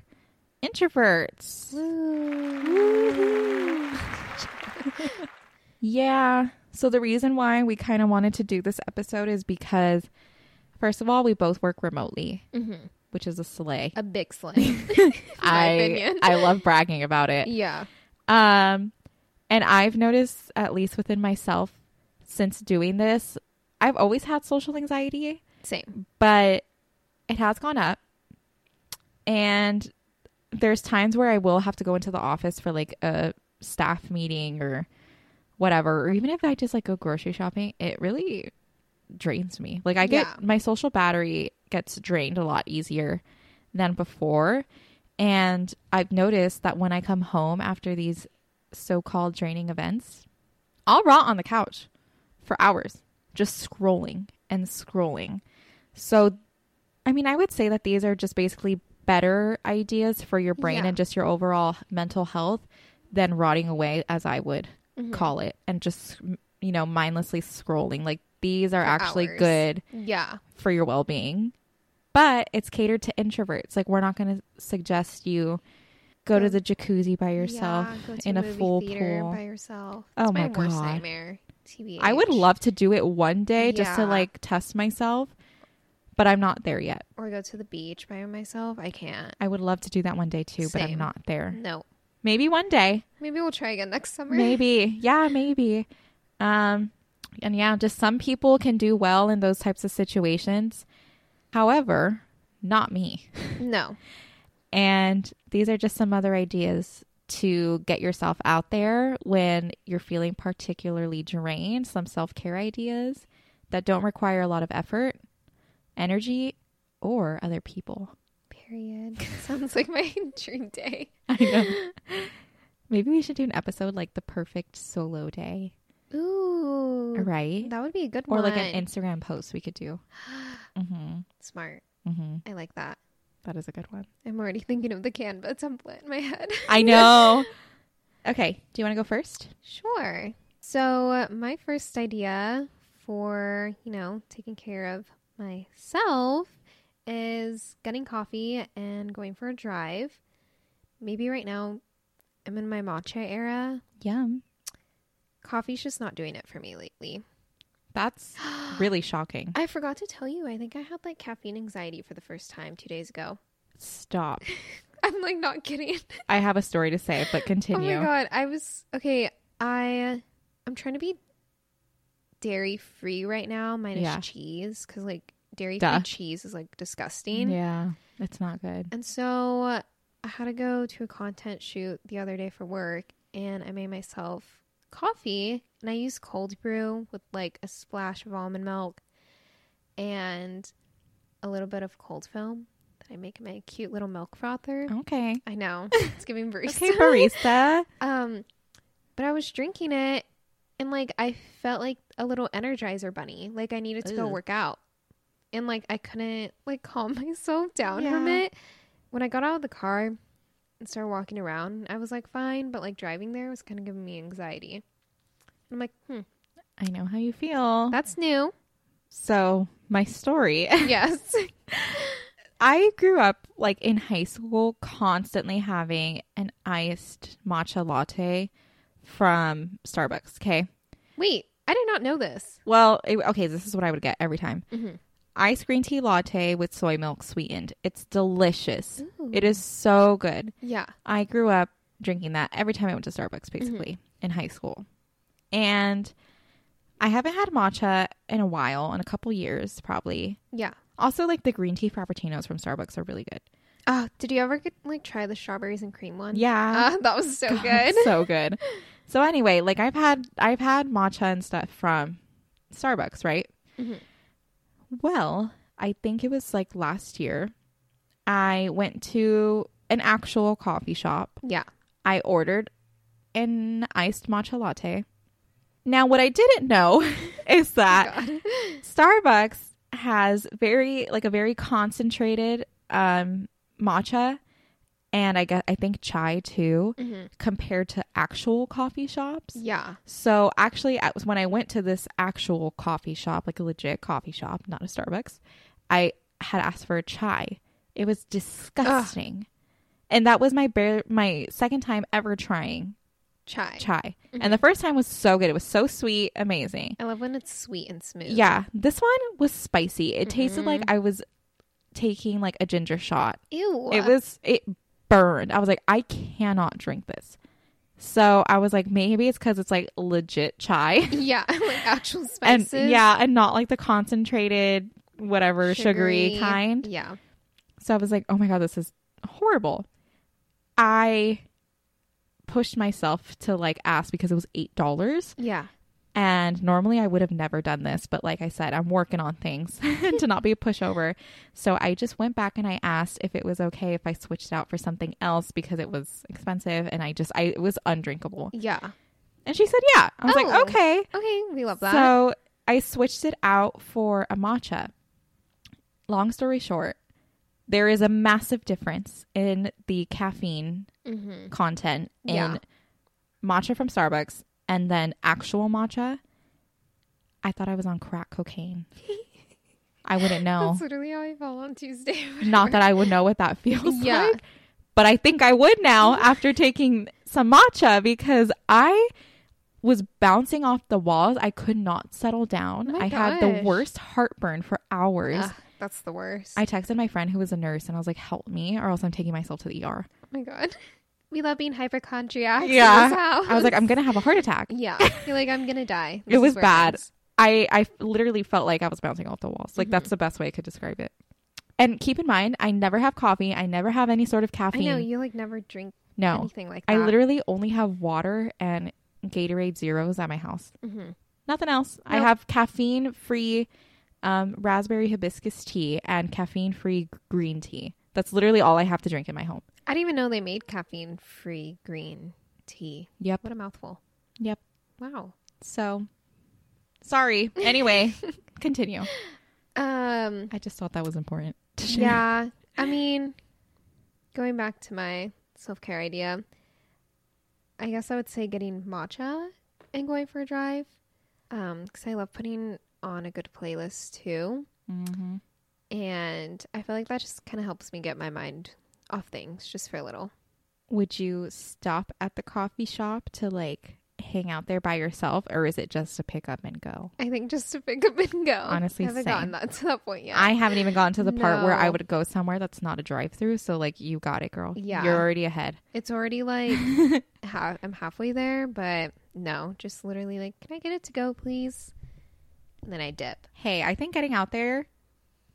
[SPEAKER 2] introverts. Yeah. So the reason why we kind of wanted to do this episode is because, first of all, we both work remotely,
[SPEAKER 1] Mhm.
[SPEAKER 2] which is a slay.
[SPEAKER 1] A big sleigh.
[SPEAKER 2] I
[SPEAKER 1] opinion.
[SPEAKER 2] I love bragging about it.
[SPEAKER 1] yeah.
[SPEAKER 2] Um, and I've noticed, at least within myself, since doing this, I've always had social anxiety,
[SPEAKER 1] Same.
[SPEAKER 2] but it has gone up. And there's times where I will have to go into the office for like a staff meeting or whatever, or even if I just like go grocery shopping, it really drains me. Like I get
[SPEAKER 1] Yeah.
[SPEAKER 2] my social battery gets drained a lot easier than before. And I've noticed that when I come home after these so called draining events, I'll rot on the couch for hours, just scrolling and scrolling. So, I mean, I would say that these are just basically better ideas for your brain
[SPEAKER 1] Yeah.
[SPEAKER 2] and just your overall mental health than rotting away, as I would
[SPEAKER 1] Mm-hmm.
[SPEAKER 2] call it, and just, you know, mindlessly scrolling. Like, these are actually
[SPEAKER 1] hours.
[SPEAKER 2] good
[SPEAKER 1] Yeah.
[SPEAKER 2] for your well being, but it's catered to introverts. Like, we're not going to suggest you go to
[SPEAKER 1] Go-
[SPEAKER 2] the jacuzzi by yourself
[SPEAKER 1] Yeah, go to
[SPEAKER 2] in a
[SPEAKER 1] movie
[SPEAKER 2] full
[SPEAKER 1] theater
[SPEAKER 2] pool.
[SPEAKER 1] by yourself.
[SPEAKER 2] Oh
[SPEAKER 1] It's my,
[SPEAKER 2] my
[SPEAKER 1] worst
[SPEAKER 2] God.
[SPEAKER 1] nightmare. TV.
[SPEAKER 2] I would love to do it one day just to
[SPEAKER 1] Yeah.
[SPEAKER 2] like test myself, but I'm not there yet.
[SPEAKER 1] Or go to the beach by myself. I can't.
[SPEAKER 2] I would love to do that one day too, but I'm
[SPEAKER 1] Same.
[SPEAKER 2] not there.
[SPEAKER 1] No.
[SPEAKER 2] Maybe one day.
[SPEAKER 1] Maybe we'll try again next summer.
[SPEAKER 2] Maybe. Yeah, maybe. Um and yeah, just some people can do well in those types of situations. However, not me.
[SPEAKER 1] No.
[SPEAKER 2] And these are just some other ideas to get yourself out there when you're feeling particularly drained, some self care ideas that don't require a lot of effort, energy, or other people.
[SPEAKER 1] Period. Sounds like my dream day.
[SPEAKER 2] I know. Maybe we should do an episode like the perfect solo day,
[SPEAKER 1] Ooh.
[SPEAKER 2] right?
[SPEAKER 1] That would be a good
[SPEAKER 2] Or
[SPEAKER 1] one.
[SPEAKER 2] like an Instagram post we could do. hmm
[SPEAKER 1] Smart.
[SPEAKER 2] hmm
[SPEAKER 1] I like that.
[SPEAKER 2] That is a good one.
[SPEAKER 1] I'm already thinking of the Canva template in my head.
[SPEAKER 2] I know. okay. Do you want to go first?
[SPEAKER 1] Sure. So, my first idea for, you know, taking care of myself is getting coffee and going for a drive. Maybe right now I'm in my matcha era.
[SPEAKER 2] Yum.
[SPEAKER 1] Coffee's just not doing it for me lately.
[SPEAKER 2] That's really shocking.
[SPEAKER 1] I forgot to tell you, I think I had like caffeine anxiety for the first time two days ago.
[SPEAKER 2] Stop.
[SPEAKER 1] I'm like not kidding.
[SPEAKER 2] I have a story to say, but continue.
[SPEAKER 1] Oh my god, I was okay. I I'm trying to be dairy free right now, minus
[SPEAKER 2] Yeah.
[SPEAKER 1] cheese, because like dairy
[SPEAKER 2] Duh.
[SPEAKER 1] free cheese is like disgusting.
[SPEAKER 2] yeah, it's not good.
[SPEAKER 1] And so I had to go to a content shoot the other day for work, and I made myself coffee, and I used cold brew with like a splash of almond milk and a little bit of cold foam that I make in my cute little milk frother.
[SPEAKER 2] Okay.
[SPEAKER 1] I know it's giving barista.
[SPEAKER 2] Oh. Okay, barista.
[SPEAKER 1] Um, but I was drinking it, and like I felt like a little Energizer bunny. Like I needed to go
[SPEAKER 2] Ugh.
[SPEAKER 1] work out, and like I couldn't like calm myself down from
[SPEAKER 2] Yeah.
[SPEAKER 1] it. When I got out of the car and started walking around, I was like fine, but like driving there was kind of giving me anxiety. I'm like, hmm,
[SPEAKER 2] I know how you feel.
[SPEAKER 1] that's new.
[SPEAKER 2] So, my story.
[SPEAKER 1] yes.
[SPEAKER 2] I grew up like in high school constantly having an iced matcha latte from Starbucks, okay?
[SPEAKER 1] Wait, I did not know this.
[SPEAKER 2] Well, it, okay, this is what I would get every time.
[SPEAKER 1] Mhm.
[SPEAKER 2] ice green tea latte with soy milk sweetened. It's delicious. It is so good.
[SPEAKER 1] Yeah.
[SPEAKER 2] I grew up drinking that every time I went to Starbucks,
[SPEAKER 1] Mm-hmm.
[SPEAKER 2] basically, in high school. And I haven't had matcha in a while, in a couple years, probably.
[SPEAKER 1] Yeah.
[SPEAKER 2] Also, like the green tea frappuccinos from Starbucks are really good.
[SPEAKER 1] Oh, did you ever get like try the strawberries and cream one?
[SPEAKER 2] Yeah.
[SPEAKER 1] Ah, that was so
[SPEAKER 2] God,
[SPEAKER 1] good.
[SPEAKER 2] so good. So anyway, like I've had I've had matcha and stuff from Starbucks, right?
[SPEAKER 1] Mhm.
[SPEAKER 2] Well, I think it was like last year. I went to an actual coffee shop.
[SPEAKER 1] Yeah.
[SPEAKER 2] I ordered an iced matcha latte. Now, what I didn't know is that
[SPEAKER 1] Oh God.
[SPEAKER 2] Starbucks has very like a very concentrated um matcha and I guess I think chai too
[SPEAKER 1] Mhm.
[SPEAKER 2] compared to actual coffee shops.
[SPEAKER 1] Yeah.
[SPEAKER 2] So actually I was when I went to this actual coffee shop, like a legit coffee shop, not a Starbucks, I had asked for a chai. It was disgusting. And that was my bare, my second time ever trying
[SPEAKER 1] Chai.
[SPEAKER 2] chai. And the first time was so good. It was so sweet, amazing.
[SPEAKER 1] I love when it's sweet and smooth.
[SPEAKER 2] Yeah, this one was spicy. It tasted like I was taking like a ginger shot.
[SPEAKER 1] Ew.
[SPEAKER 2] It was it burned. I was like, I cannot drink this. So I was like, maybe it's because it's like legit chai,
[SPEAKER 1] Yeah, like actual
[SPEAKER 2] and
[SPEAKER 1] spices.
[SPEAKER 2] yeah, and not like the concentrated whatever sugary.
[SPEAKER 1] Sugary.
[SPEAKER 2] kind.
[SPEAKER 1] Yeah.
[SPEAKER 2] So I was like, oh my god, this is horrible. I pushed myself to like ask because it was eight dollars.
[SPEAKER 1] Yeah.
[SPEAKER 2] And normally I would have never done this, but like I said, I'm working on things to not be a pushover. So I just went back and I asked if it was okay if I switched out for something else because it was expensive and I just I it was undrinkable.
[SPEAKER 1] Yeah.
[SPEAKER 2] And she said, "Yeah." I was
[SPEAKER 1] Oh,
[SPEAKER 2] like, "Okay."
[SPEAKER 1] Okay, we love that.
[SPEAKER 2] So I switched it out for a matcha. Long story short, there is a massive difference in the caffeine
[SPEAKER 1] Mhm.
[SPEAKER 2] content in
[SPEAKER 1] Yeah.
[SPEAKER 2] matcha from Starbucks and then actual matcha. I thought I was on crack cocaine. I wouldn't know.
[SPEAKER 1] That's literally how I felt on Tuesday.
[SPEAKER 2] Not that I would know what that feels
[SPEAKER 1] Yeah.
[SPEAKER 2] like, but I think I would now after taking some matcha because I was bouncing off the walls. I could not settle down.
[SPEAKER 1] Oh my
[SPEAKER 2] I had the
[SPEAKER 1] gosh.
[SPEAKER 2] worst heartburn for hours.
[SPEAKER 1] Ugh, that's the worst.
[SPEAKER 2] I texted my friend who was a nurse and I was like, "Help me, or else I'm taking myself to the ER."
[SPEAKER 1] oh my god. We love being hypochondriacs.
[SPEAKER 2] Yeah.
[SPEAKER 1] In this house.
[SPEAKER 2] I was like, "I'm gonna have a heart attack."
[SPEAKER 1] Yeah. You're like, I'm gonna die.
[SPEAKER 2] it
[SPEAKER 1] This
[SPEAKER 2] was
[SPEAKER 1] is where
[SPEAKER 2] bad.
[SPEAKER 1] ends.
[SPEAKER 2] I I literally felt like I was bouncing off the walls. Like
[SPEAKER 1] Mm-hmm.
[SPEAKER 2] that's the best way I could describe it. And keep in mind, I never have coffee. I never have any sort of
[SPEAKER 1] I
[SPEAKER 2] caffeine.
[SPEAKER 1] know, you like never drink
[SPEAKER 2] no,
[SPEAKER 1] anything like that.
[SPEAKER 2] I literally only have water and Gatorade zeros at my house.
[SPEAKER 1] Mhm.
[SPEAKER 2] Nothing else. I
[SPEAKER 1] Nope.
[SPEAKER 2] have caffeine free um, raspberry hibiscus tea and caffeine free green tea. That's literally all I have to drink in my home.
[SPEAKER 1] I didn't even know they made caffeine free green tea.
[SPEAKER 2] Yep.
[SPEAKER 1] What a mouthful.
[SPEAKER 2] Yep.
[SPEAKER 1] Wow.
[SPEAKER 2] So, sorry. Anyway, continue.
[SPEAKER 1] Um
[SPEAKER 2] I just thought that was important. to share.
[SPEAKER 1] yeah. I mean going back to my self care idea, I guess I would say getting matcha and going for a drive. Um, 'cause because I love putting on a good playlist too.
[SPEAKER 2] Mhm.
[SPEAKER 1] And I feel like that just kinda helps me get my mind off things just for a little.
[SPEAKER 2] would you stop at the coffee shop to like hang out there by yourself or is it just to pick up and go
[SPEAKER 1] I think just to pick up and go.
[SPEAKER 2] Honestly,
[SPEAKER 1] I haven't
[SPEAKER 2] same.
[SPEAKER 1] gotten that to that point yet.
[SPEAKER 2] i haven't even gotten to the part where i
[SPEAKER 1] No.
[SPEAKER 2] would go somewhere that's not a drive-through so like you got it girl
[SPEAKER 1] Yeah.
[SPEAKER 2] you're already ahead
[SPEAKER 1] It's already like ha- I'm halfway there, but no, just literally like, can I get it to go, please? And then I dip.
[SPEAKER 2] hey i think getting out there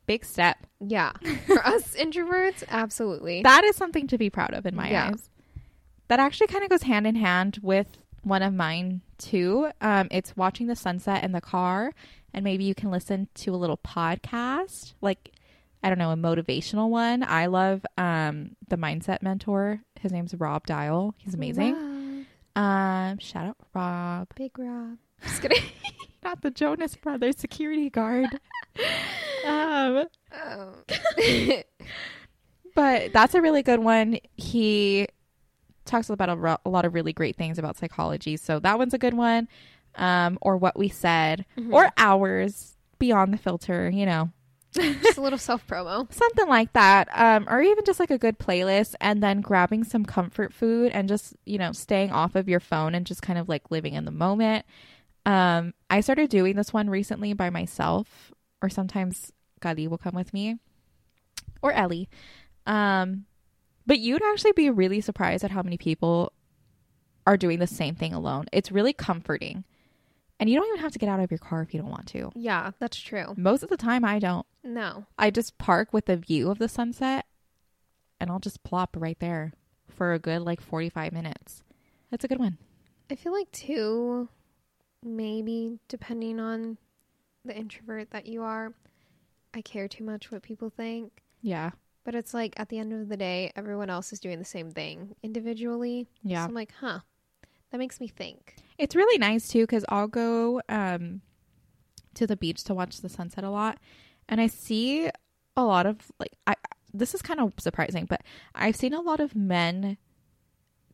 [SPEAKER 2] big step
[SPEAKER 1] Yeah, for us introverts, absolutely.
[SPEAKER 2] that is something to be proud of in my
[SPEAKER 1] Yeah.
[SPEAKER 2] eyes that actually kind of goes hand in hand with one of mine too um, it's watching the sunset in the car and maybe you can listen to a little podcast like i don't know a motivational one i love um, the mindset mentor his name's rob dial he's amazing
[SPEAKER 1] Rob,
[SPEAKER 2] um, shout out rob
[SPEAKER 1] big Rob. Just kidding.
[SPEAKER 2] not the jonas brothers security guard um,
[SPEAKER 1] Oh.
[SPEAKER 2] But that's a really good one. He talks about a, ro- a lot of really great things about psychology. So that one's a good one. Um, or what we said, or hours beyond the filter, you know,
[SPEAKER 1] just a little self promo.
[SPEAKER 2] something like that. Um, or even just like a good playlist and then grabbing some comfort food and just, you know, staying off of your phone and just kind of like living in the moment. Um, I started doing this one recently by myself, or sometimes Kali will come with me or Ellie. Um, but you'd actually be really surprised at how many people are doing the same thing alone. It's really comforting. And you don't even have to get out of your car if you don't want to.
[SPEAKER 1] Yeah, that's true.
[SPEAKER 2] Most of the time, I don't.
[SPEAKER 1] No.
[SPEAKER 2] I just park with a view of the sunset and I'll just plop right there for a good like 45 minutes. That's a good one.
[SPEAKER 1] I feel like two, maybe depending on the introvert that you are, I care too much what people think.
[SPEAKER 2] Yeah.
[SPEAKER 1] But it's like at the end of the day, everyone else is doing the same thing individually.
[SPEAKER 2] Yeah.
[SPEAKER 1] So I'm like, huh, that makes me think.
[SPEAKER 2] It's really nice too because I'll go um, to the beach to watch the sunset a lot, and I see a lot of like I. This is kind of surprising, but I've seen a lot of men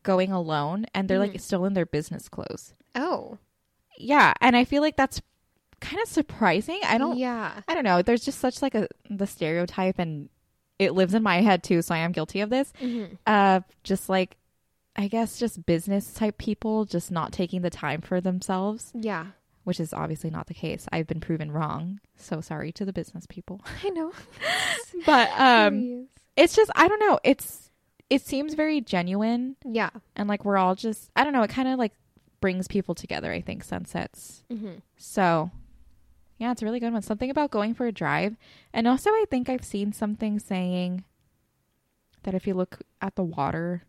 [SPEAKER 2] going alone, and they're like still in their business clothes.
[SPEAKER 1] Oh,
[SPEAKER 2] Yeah, and I feel like that's kind of surprising. I don't.
[SPEAKER 1] Yeah.
[SPEAKER 2] I don't know. There's just such like a the stereotype, and it lives in my head too. So I am guilty of this. Uh, just like I guess just business type people just not taking the time for themselves,
[SPEAKER 1] Yeah.
[SPEAKER 2] which is obviously not the case. I've been proven wrong. So sorry to the business people.
[SPEAKER 1] I know.
[SPEAKER 2] But um,
[SPEAKER 1] Serious.
[SPEAKER 2] it's just I don't know. It's it seems very genuine,
[SPEAKER 1] yeah.
[SPEAKER 2] and like we're all just I don't know. It kind of like brings people together. I think sunsets.
[SPEAKER 1] Mhm.
[SPEAKER 2] So, yeah, it's a really good one. Something about going for a drive. And also, I think I've seen something saying that if you look at the water,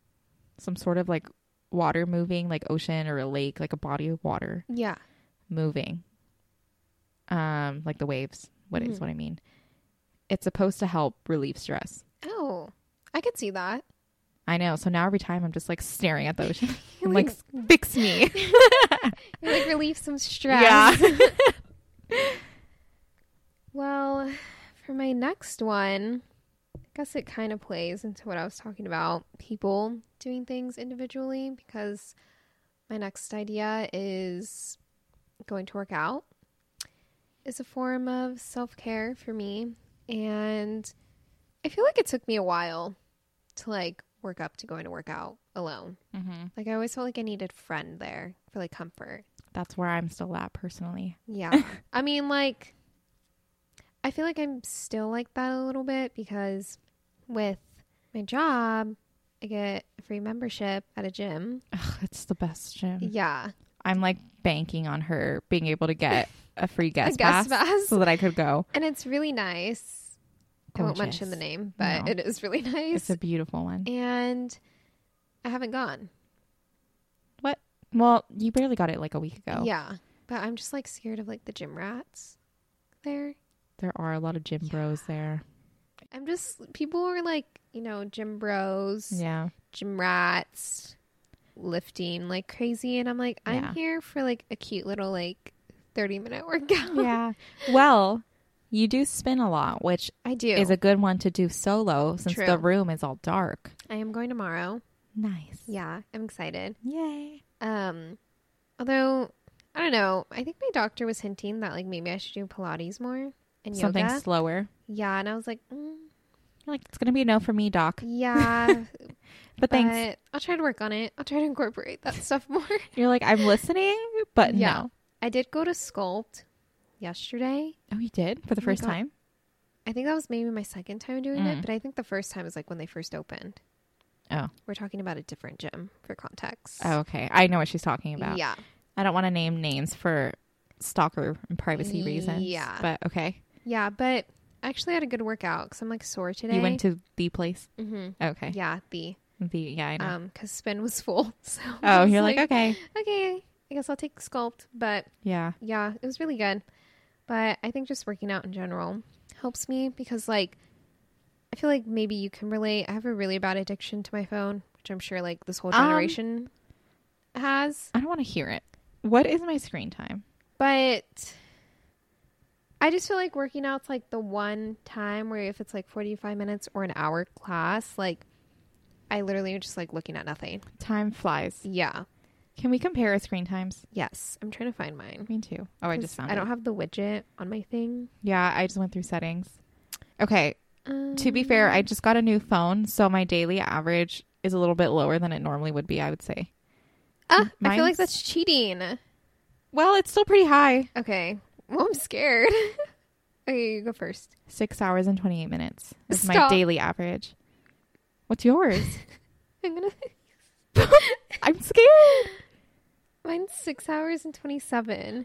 [SPEAKER 2] some sort of like water moving, like ocean or a lake, like a body of water
[SPEAKER 1] Yeah.
[SPEAKER 2] moving, um, like the waves, What is
[SPEAKER 1] Mhm.
[SPEAKER 2] what I mean? It's supposed to help relieve stress.
[SPEAKER 1] Oh, I could see that.
[SPEAKER 2] I know. So now every time I'm just like staring at the ocean.
[SPEAKER 1] You're
[SPEAKER 2] I'm like, fix me.
[SPEAKER 1] You like relieve some stress.
[SPEAKER 2] Yeah.
[SPEAKER 1] Well, for my next one, I guess it kind of plays into what I was talking about people doing things individually because my next idea is going to work out is a form of self-care for me and I feel like it took me a while to like work up to going to work out alone.
[SPEAKER 2] hmm
[SPEAKER 1] Like I always felt like I needed friend there for like comfort.
[SPEAKER 2] That's where I'm still at personally.
[SPEAKER 1] Yeah. I mean, like, I feel like I'm still like that a little bit because with my job, I get a free membership at a gym.
[SPEAKER 2] Ugh, it's the best gym.
[SPEAKER 1] Yeah.
[SPEAKER 2] I'm like banking on her being able to get a free guest,
[SPEAKER 1] guest
[SPEAKER 2] pass,
[SPEAKER 1] pass.
[SPEAKER 2] so that I could go.
[SPEAKER 1] And it's really nice. I won't mention the
[SPEAKER 2] Gorgeous.
[SPEAKER 1] name, but
[SPEAKER 2] No.
[SPEAKER 1] it is really
[SPEAKER 2] It's
[SPEAKER 1] nice.
[SPEAKER 2] a beautiful one.
[SPEAKER 1] and I haven't gone.
[SPEAKER 2] What? Well, you barely got it like a week ago.
[SPEAKER 1] Yeah. But I'm just like scared of like the gym rats there.
[SPEAKER 2] There are a lot of gym bros there.
[SPEAKER 1] I'm just, people are like, you know, gym bros.
[SPEAKER 2] Yeah.
[SPEAKER 1] gym rats lifting like crazy and i'm like i'm
[SPEAKER 2] Yeah.
[SPEAKER 1] here for like a cute little like 30 minute workout
[SPEAKER 2] Yeah. well, you do spin a lot, which
[SPEAKER 1] i do
[SPEAKER 2] is a good one to do solo since
[SPEAKER 1] True.
[SPEAKER 2] the room is all dark.
[SPEAKER 1] i am going tomorrow
[SPEAKER 2] Nice.
[SPEAKER 1] yeah i'm excited
[SPEAKER 2] Yay.
[SPEAKER 1] um although i don't know i think my doctor was hinting that like maybe i should do pilates more and
[SPEAKER 2] Something
[SPEAKER 1] yoga
[SPEAKER 2] slower.
[SPEAKER 1] yeah and i was like mm,
[SPEAKER 2] You're like, it's going to be a no for me, Doc.
[SPEAKER 1] yeah
[SPEAKER 2] But thanks.
[SPEAKER 1] but i'll try to work on it i'll try to incorporate that stuff more
[SPEAKER 2] You're like, I'm listening, but
[SPEAKER 1] yeah
[SPEAKER 2] no.
[SPEAKER 1] i did go to sculpt yesterday
[SPEAKER 2] Oh, you did? For the
[SPEAKER 1] my
[SPEAKER 2] first
[SPEAKER 1] God.
[SPEAKER 2] time?
[SPEAKER 1] I think that was maybe my second time doing
[SPEAKER 2] Mm.
[SPEAKER 1] it, but I think the first time was like when they first opened.
[SPEAKER 2] Oh.
[SPEAKER 1] We're talking about a different gym for context.
[SPEAKER 2] Oh, okay. I know what she's talking about.
[SPEAKER 1] yeah.
[SPEAKER 2] I don't want to name names for stalker and privacy reasons.
[SPEAKER 1] Yeah.
[SPEAKER 2] But okay.
[SPEAKER 1] Yeah, but I actually had a good workout because I'm like sore today.
[SPEAKER 2] You went to the place.
[SPEAKER 1] hmm
[SPEAKER 2] Okay.
[SPEAKER 1] Yeah, the.
[SPEAKER 2] The yeah, I know.
[SPEAKER 1] Um, because spin was full. So I
[SPEAKER 2] oh,
[SPEAKER 1] was
[SPEAKER 2] you're like, okay.
[SPEAKER 1] okay, I guess I'll take sculpt. But
[SPEAKER 2] Yeah.
[SPEAKER 1] yeah, it was really good. But I think just working out in general helps me because, like, I feel like maybe you can relate. I have a really bad addiction to my phone, which I'm sure, like, this whole
[SPEAKER 2] Um,
[SPEAKER 1] generation has.
[SPEAKER 2] I don't want to hear it. What is my screen time?
[SPEAKER 1] But I just feel like working out's like the one time where if it's like 45 minutes or an hour class, like, I literally am just like looking at nothing.
[SPEAKER 2] Time flies.
[SPEAKER 1] Yeah.
[SPEAKER 2] Can we compare our screen times?
[SPEAKER 1] Yes. I'm trying to find mine.
[SPEAKER 2] Me too. Oh, I
[SPEAKER 1] 'Cause
[SPEAKER 2] just found
[SPEAKER 1] I don't
[SPEAKER 2] it.
[SPEAKER 1] have the widget on my thing.
[SPEAKER 2] yeah, I just went through settings. Okay.
[SPEAKER 1] Um,
[SPEAKER 2] To be fair, I just got a new phone, so my daily average is a little bit lower than it normally would be, I would say.
[SPEAKER 1] Ah, I feel like
[SPEAKER 2] mine's-
[SPEAKER 1] that's cheating.
[SPEAKER 2] Well, it's still pretty high.
[SPEAKER 1] Okay. Well, I'm scared. Okay, you go first.
[SPEAKER 2] Six hours and 28 minutes is my
[SPEAKER 1] Stop.
[SPEAKER 2] daily average. What's yours?
[SPEAKER 1] I'm gonna.
[SPEAKER 2] I'm scared.
[SPEAKER 1] Mine's six hours and twenty-seven.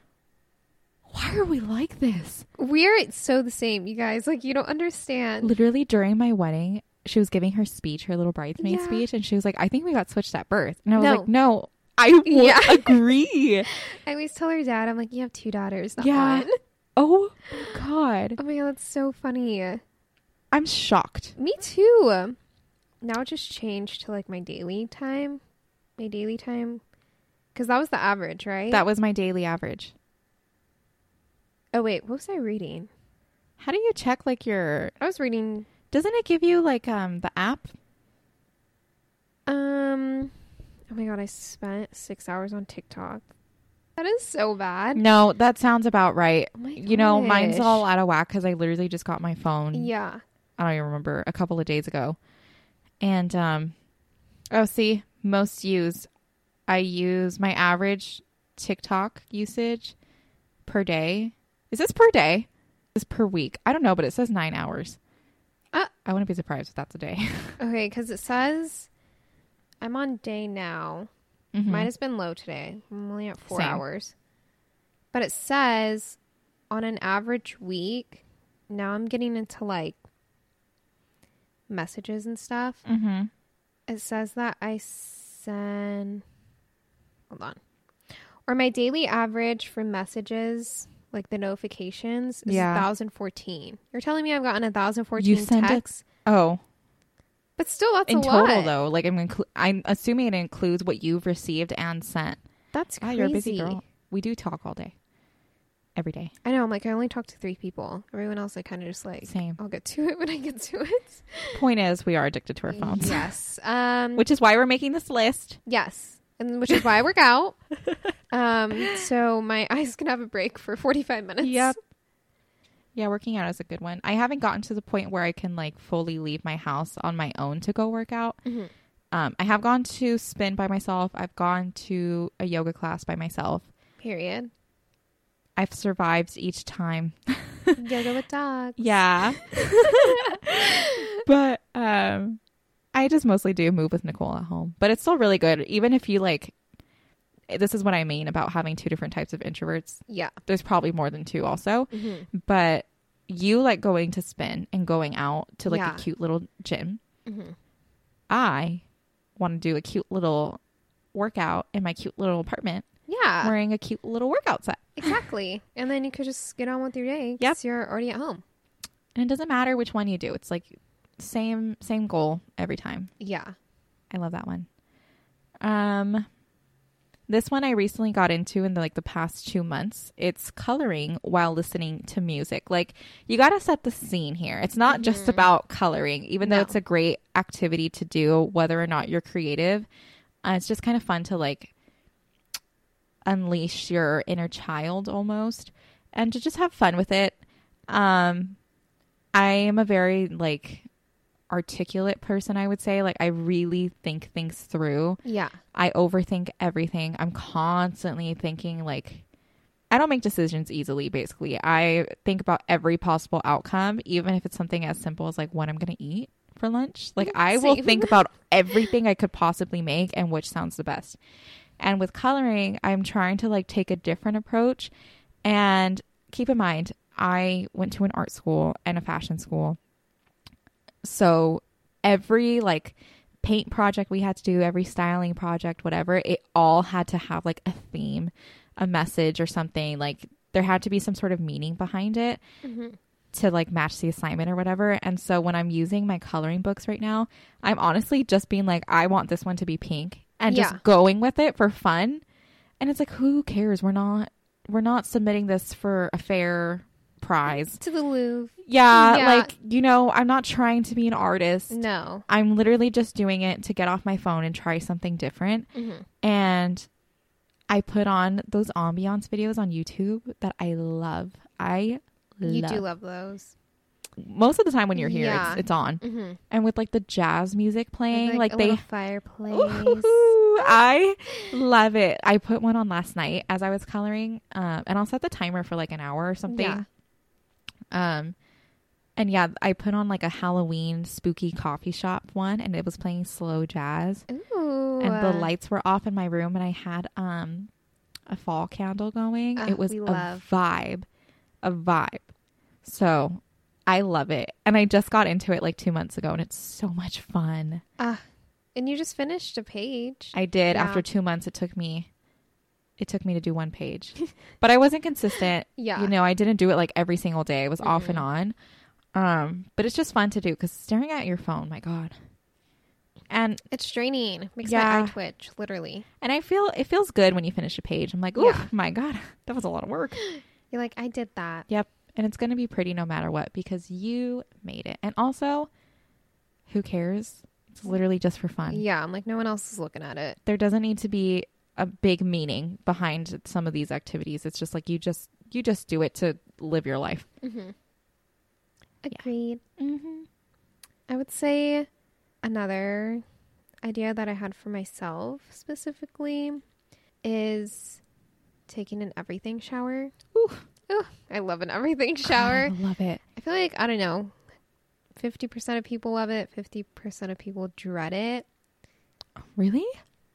[SPEAKER 2] Why are we like this?
[SPEAKER 1] We're so the same, you guys. Like you don't understand.
[SPEAKER 2] Literally during my wedding, she was giving her speech, her little bridesmaid
[SPEAKER 1] Yeah.
[SPEAKER 2] speech, and she was like, I think we got switched at birth. And I was
[SPEAKER 1] No.
[SPEAKER 2] like, no, I will
[SPEAKER 1] Yeah.
[SPEAKER 2] agree.
[SPEAKER 1] I always tell her dad, I'm like, you have two daughters, not
[SPEAKER 2] Yeah.
[SPEAKER 1] one.
[SPEAKER 2] Oh, my God.
[SPEAKER 1] Oh my god, that's so funny.
[SPEAKER 2] I'm shocked.
[SPEAKER 1] Me too. Now it just changed to like my daily time. My daily time. Because that was the average, right?
[SPEAKER 2] That was my daily average.
[SPEAKER 1] oh, wait. What was I reading?
[SPEAKER 2] How do you check like your
[SPEAKER 1] I was reading.
[SPEAKER 2] doesn't it give you like um the app?
[SPEAKER 1] Um. Oh my god, I spent six hours on TikTok. That is so bad.
[SPEAKER 2] No, that sounds about right.
[SPEAKER 1] Oh my
[SPEAKER 2] You know, mine's
[SPEAKER 1] gosh.
[SPEAKER 2] all out of whack because I literally just got my phone.
[SPEAKER 1] Yeah.
[SPEAKER 2] I don't even remember a couple of days ago. And um oh see, most used. I use my average TikTok usage per day. Is this per day? Is this per week? I don't know, but it says nine hours.
[SPEAKER 1] Uh-
[SPEAKER 2] I wouldn't be surprised if that's a day.
[SPEAKER 1] Okay, because it says I'm on day now.
[SPEAKER 2] Mhm.
[SPEAKER 1] Mine has been low today. I'm only at four
[SPEAKER 2] Same.
[SPEAKER 1] hours. But it says on an average week, now I'm getting into like messages and stuff.
[SPEAKER 2] Mhm.
[SPEAKER 1] It says that I send. Hold on. Or my daily average for messages, like the notifications, is
[SPEAKER 2] Yeah.
[SPEAKER 1] 1,014. You're telling me I've gotten 1,014
[SPEAKER 2] send a-
[SPEAKER 1] texts?
[SPEAKER 2] Oh.
[SPEAKER 1] But still, that's
[SPEAKER 2] in
[SPEAKER 1] a
[SPEAKER 2] total
[SPEAKER 1] lot.
[SPEAKER 2] though like i'm inclu- i'm assuming it includes what you've received and sent
[SPEAKER 1] That's
[SPEAKER 2] wow
[SPEAKER 1] crazy.
[SPEAKER 2] you're a busy girl we do talk all day every day
[SPEAKER 1] I know. I'm like, I only talk to three people. Everyone else, I kind of just like,
[SPEAKER 2] same
[SPEAKER 1] I'll get to it when I get to it.
[SPEAKER 2] point is we are addicted to our phones
[SPEAKER 1] Yes. Um,
[SPEAKER 2] which is why we're making this list
[SPEAKER 1] yes. And which is why I work out. Um, so my eyes can have a break for 45 minutes.
[SPEAKER 2] Yep. yeah working out is a good one i haven't gotten to the point where i can like fully leave my house on my own to go work out
[SPEAKER 1] Mhm.
[SPEAKER 2] um, i have gone to spin by myself i've gone to a yoga class by myself
[SPEAKER 1] Period.
[SPEAKER 2] i've survived each time
[SPEAKER 1] Yoga with dogs.
[SPEAKER 2] Yeah. but um I just mostly do move with Nicole at home. But it's still really good even if you like this is what I mean about having two different types of introverts.
[SPEAKER 1] Yeah.
[SPEAKER 2] There's probably more than two also,
[SPEAKER 1] Mhm.
[SPEAKER 2] but you like going to spin and going out to like
[SPEAKER 1] Yeah.
[SPEAKER 2] a cute little gym.
[SPEAKER 1] Mhm.
[SPEAKER 2] I want to do a cute little workout in my cute little apartment
[SPEAKER 1] Yeah.
[SPEAKER 2] wearing a cute little workout set.
[SPEAKER 1] Exactly. And then you could just get on with your day because you're already at home.
[SPEAKER 2] And it doesn't matter which one you do. It's like same same goal every time.
[SPEAKER 1] Yeah.
[SPEAKER 2] I love that one. Um this one I recently got into in the, like the past 2 months. It's coloring while listening to music. Like you got to set the scene here. It's not just about coloring even though
[SPEAKER 1] No.
[SPEAKER 2] it's a great activity to do whether or not you're creative. Uh, it's just kind of fun to like unleash your inner child almost and to just have fun with it. Um I am a very like articulate person, I would say. Like, I really think things through.
[SPEAKER 1] Yeah.
[SPEAKER 2] I overthink everything. I'm constantly thinking, like, I don't make decisions easily, basically. I think about every possible outcome, even if it's something as simple as, like, what I'm going to eat for lunch. Like, I will
[SPEAKER 1] Same.
[SPEAKER 2] think about everything I could possibly make and which sounds the best. And with coloring, I'm trying to, like, take a different approach. And keep in mind, I went to an art school and a fashion school. So every like paint project we had to do, every styling project, whatever, it all had to have like a theme, a message or something. Like there had to be some sort of meaning behind it
[SPEAKER 1] Mhm.
[SPEAKER 2] to like match the assignment or whatever. And so when I'm using my coloring books right now, I'm honestly just being like, I want this one to be pink and
[SPEAKER 1] Yeah.
[SPEAKER 2] just going with it for fun. And it's like, who cares? We're not we're not submitting this for a fair prize.
[SPEAKER 1] To the Louvre.
[SPEAKER 2] Yeah,
[SPEAKER 1] Yeah.
[SPEAKER 2] like, you know, I'm not trying to be an artist.
[SPEAKER 1] No.
[SPEAKER 2] I'm literally just doing it to get off my phone and try something different.
[SPEAKER 1] Mhm.
[SPEAKER 2] And I put on those ambiance videos on YouTube that I love. I
[SPEAKER 1] You
[SPEAKER 2] love.
[SPEAKER 1] do love those.
[SPEAKER 2] Most of the time when you're here,
[SPEAKER 1] Yeah.
[SPEAKER 2] it's, it's on.
[SPEAKER 1] Mm-hmm.
[SPEAKER 2] And with like the jazz music playing, like,
[SPEAKER 1] a
[SPEAKER 2] they
[SPEAKER 1] little fireplace.
[SPEAKER 2] Ooh, I love it. I put one uh, on last night as I was coloring, um, and I'll set the timer for like an hour or something.
[SPEAKER 1] Yeah.
[SPEAKER 2] Um, and yeah, I put on like a Halloween spooky coffee shop one, and it was playing slow jazz,
[SPEAKER 1] Ooh. Uh,
[SPEAKER 2] and the lights were off in my room, and I had um a fall candle going.
[SPEAKER 1] Ah,
[SPEAKER 2] it was
[SPEAKER 1] we
[SPEAKER 2] a
[SPEAKER 1] love.
[SPEAKER 2] vibe, a vibe. So I love it, and I just got into it like two months ago, and it's so much fun.
[SPEAKER 1] Ah, and you just finished a page.
[SPEAKER 2] I did.
[SPEAKER 1] Yeah.
[SPEAKER 2] After two months, it took me. It took me to do one page, but I wasn't consistent.
[SPEAKER 1] Yeah.
[SPEAKER 2] you know, I didn't do it like every single day. It was off and on.
[SPEAKER 1] Mm-hmm.
[SPEAKER 2] Um, but it's just fun to do because staring at your phone, my god. And
[SPEAKER 1] It's draining. Makes my
[SPEAKER 2] Yeah.
[SPEAKER 1] eye twitch, literally.
[SPEAKER 2] and I feel it feels good when you finish a page. I'm like, oh
[SPEAKER 1] Yeah.
[SPEAKER 2] my god, that was a lot of work.
[SPEAKER 1] You're like, I did that.
[SPEAKER 2] Yep, and it's gonna be pretty no matter what because you made it. And also, who cares? It's literally just for fun.
[SPEAKER 1] Yeah, I'm like, no one else is looking at it.
[SPEAKER 2] there doesn't need to be a big meaning behind some of these activities. It's just like you just you just do it to live your life.
[SPEAKER 1] Agreed.
[SPEAKER 2] Mm-hmm.
[SPEAKER 1] I would say another idea that I had for myself specifically is taking an everything shower.
[SPEAKER 2] Ooh.
[SPEAKER 1] Ooh, I love an everything shower.
[SPEAKER 2] I love it.
[SPEAKER 1] I feel like, I don't know, 50% of people love it, 50% of people dread it.
[SPEAKER 2] Really?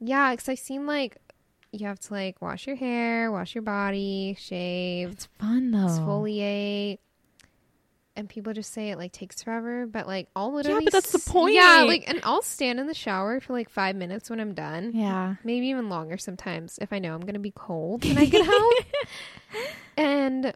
[SPEAKER 1] Yeah, because I've seen like you have to like wash your hair, wash your body, shave,
[SPEAKER 2] It's fun though.
[SPEAKER 1] exfoliate. And people just say it like takes forever, but like I'll literally
[SPEAKER 2] but that's the
[SPEAKER 1] s- Yeah,
[SPEAKER 2] point.
[SPEAKER 1] like and I'll stand in the shower for like five minutes when I'm done.
[SPEAKER 2] Yeah.
[SPEAKER 1] Maybe even longer sometimes if I know I'm gonna be cold when I get out. And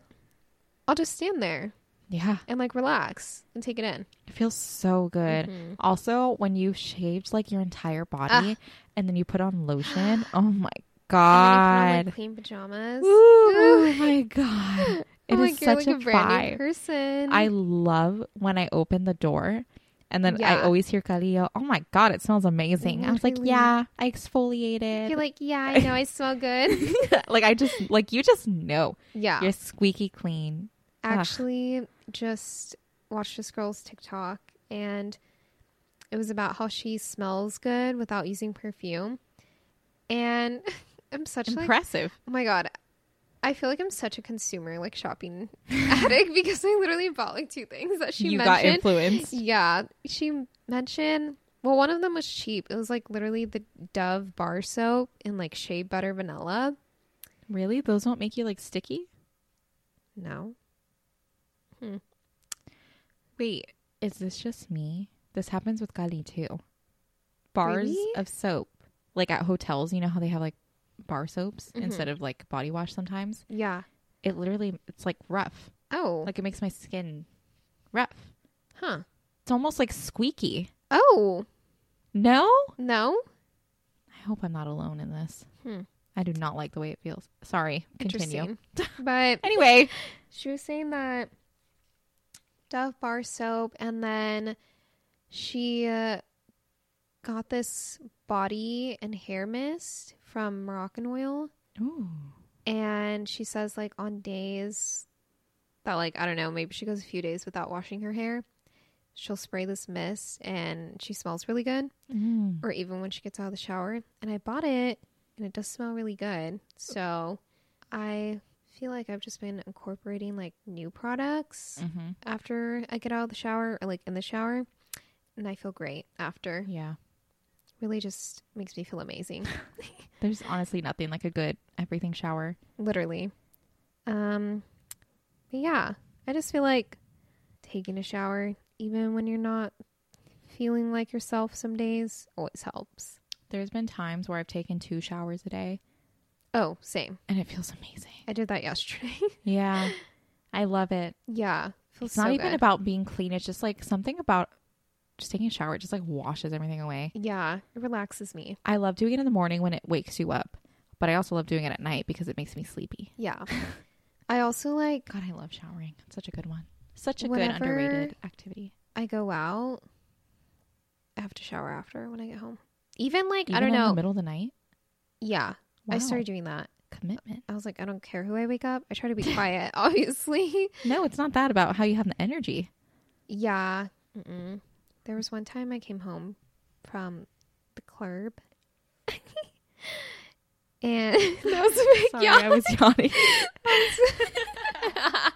[SPEAKER 1] I'll just stand there
[SPEAKER 2] Yeah.
[SPEAKER 1] and like relax and take it in.
[SPEAKER 2] It feels so good.
[SPEAKER 1] Mhm.
[SPEAKER 2] Also, when you shaved like your entire body
[SPEAKER 1] Ah.
[SPEAKER 2] and then you put on lotion, oh my
[SPEAKER 1] And then you put on,
[SPEAKER 2] god.
[SPEAKER 1] like, clean pajamas.
[SPEAKER 2] Ooh, oh my god. It
[SPEAKER 1] I'm
[SPEAKER 2] is
[SPEAKER 1] like, you're
[SPEAKER 2] such
[SPEAKER 1] Oh like a,
[SPEAKER 2] a
[SPEAKER 1] brand
[SPEAKER 2] vibe.
[SPEAKER 1] new person.
[SPEAKER 2] I love when I open the door and then I
[SPEAKER 1] Yeah.
[SPEAKER 2] always hear Galileo, oh my God, it smells amazing. I was like,
[SPEAKER 1] Literally.
[SPEAKER 2] yeah, I exfoliated.
[SPEAKER 1] You're like, yeah, I know I smell good.
[SPEAKER 2] like, I just, like, you just know
[SPEAKER 1] yeah.
[SPEAKER 2] you're squeaky clean. Ugh.
[SPEAKER 1] Actually, just watched this girl's TikTok and it was about how she smells good without using perfume. And I'm such like,
[SPEAKER 2] Impressive.
[SPEAKER 1] oh my God. I feel like I'm such a consumer, like shopping addict, because I literally bought like two things that she
[SPEAKER 2] you got
[SPEAKER 1] mentioned.
[SPEAKER 2] influenced.
[SPEAKER 1] Yeah, she mentioned. Well, one of them was cheap. It was like literally the Dove bar soap and like shea butter vanilla.
[SPEAKER 2] Really? Those don't make you, like, sticky?
[SPEAKER 1] No,
[SPEAKER 2] Wait, is this just me? This happens with Gali too. Bars
[SPEAKER 1] Really?
[SPEAKER 2] of soap. Like at hotels, you know how they have like bar soaps
[SPEAKER 1] Mhm.
[SPEAKER 2] instead of like body wash sometimes?
[SPEAKER 1] yeah.
[SPEAKER 2] It literally, it's like rough.
[SPEAKER 1] Oh,
[SPEAKER 2] Like it makes my skin rough.
[SPEAKER 1] huh.
[SPEAKER 2] It's almost like squeaky.
[SPEAKER 1] Oh
[SPEAKER 2] No?
[SPEAKER 1] no,
[SPEAKER 2] I hope I'm not alone in this.
[SPEAKER 1] Hmm.
[SPEAKER 2] I do not like the way it feels. Sorry. Continue.
[SPEAKER 1] interesting. but
[SPEAKER 2] Anyway,
[SPEAKER 1] she was saying that Dove bar soap, and then she uh, got this body and hair mist from Moroccan Oil.
[SPEAKER 2] ooh,
[SPEAKER 1] and she says like on days that like i don't know maybe she goes a few days without washing her hair she'll spray this mist and she smells really good
[SPEAKER 2] Mm.
[SPEAKER 1] or even when she gets out of the shower and i bought it and it does smell really good so i feel like i've just been incorporating like new products
[SPEAKER 2] Mhm.
[SPEAKER 1] after i get out of the shower or like in the shower and i feel great after
[SPEAKER 2] yeah.
[SPEAKER 1] really just makes me feel amazing
[SPEAKER 2] There's honestly nothing like a good everything shower.
[SPEAKER 1] literally um but yeah i just feel like taking a shower even when you're not feeling like yourself some days always helps
[SPEAKER 2] There's been times where I've taken two showers a day
[SPEAKER 1] oh same
[SPEAKER 2] and it feels amazing.
[SPEAKER 1] i did that yesterday
[SPEAKER 2] Yeah. I love it.
[SPEAKER 1] yeah feels
[SPEAKER 2] It's not
[SPEAKER 1] so
[SPEAKER 2] even
[SPEAKER 1] good.
[SPEAKER 2] about being clean. It's just like something about just taking a shower. It just like washes everything away.
[SPEAKER 1] yeah it relaxes me
[SPEAKER 2] I love doing it in the morning when it wakes you up, but I also love doing it at night because it makes me sleepy.
[SPEAKER 1] yeah i also like
[SPEAKER 2] God, I love showering. It's such a good one. Such a
[SPEAKER 1] Whenever-
[SPEAKER 2] good underrated activity.
[SPEAKER 1] i go out i have to shower after when i get home even like i
[SPEAKER 2] Even
[SPEAKER 1] don't
[SPEAKER 2] in the
[SPEAKER 1] know
[SPEAKER 2] middle of the night.
[SPEAKER 1] yeah
[SPEAKER 2] Wow.
[SPEAKER 1] i started doing that
[SPEAKER 2] commitment.
[SPEAKER 1] i was like i don't care who i wake up i try to be quiet obviously
[SPEAKER 2] No, it's not that about how you have the energy.
[SPEAKER 1] Yeah. Mm-mm. There was one time I came home from the club. and that was a big
[SPEAKER 2] Sorry,
[SPEAKER 1] yawn.
[SPEAKER 2] I was yawning.
[SPEAKER 1] I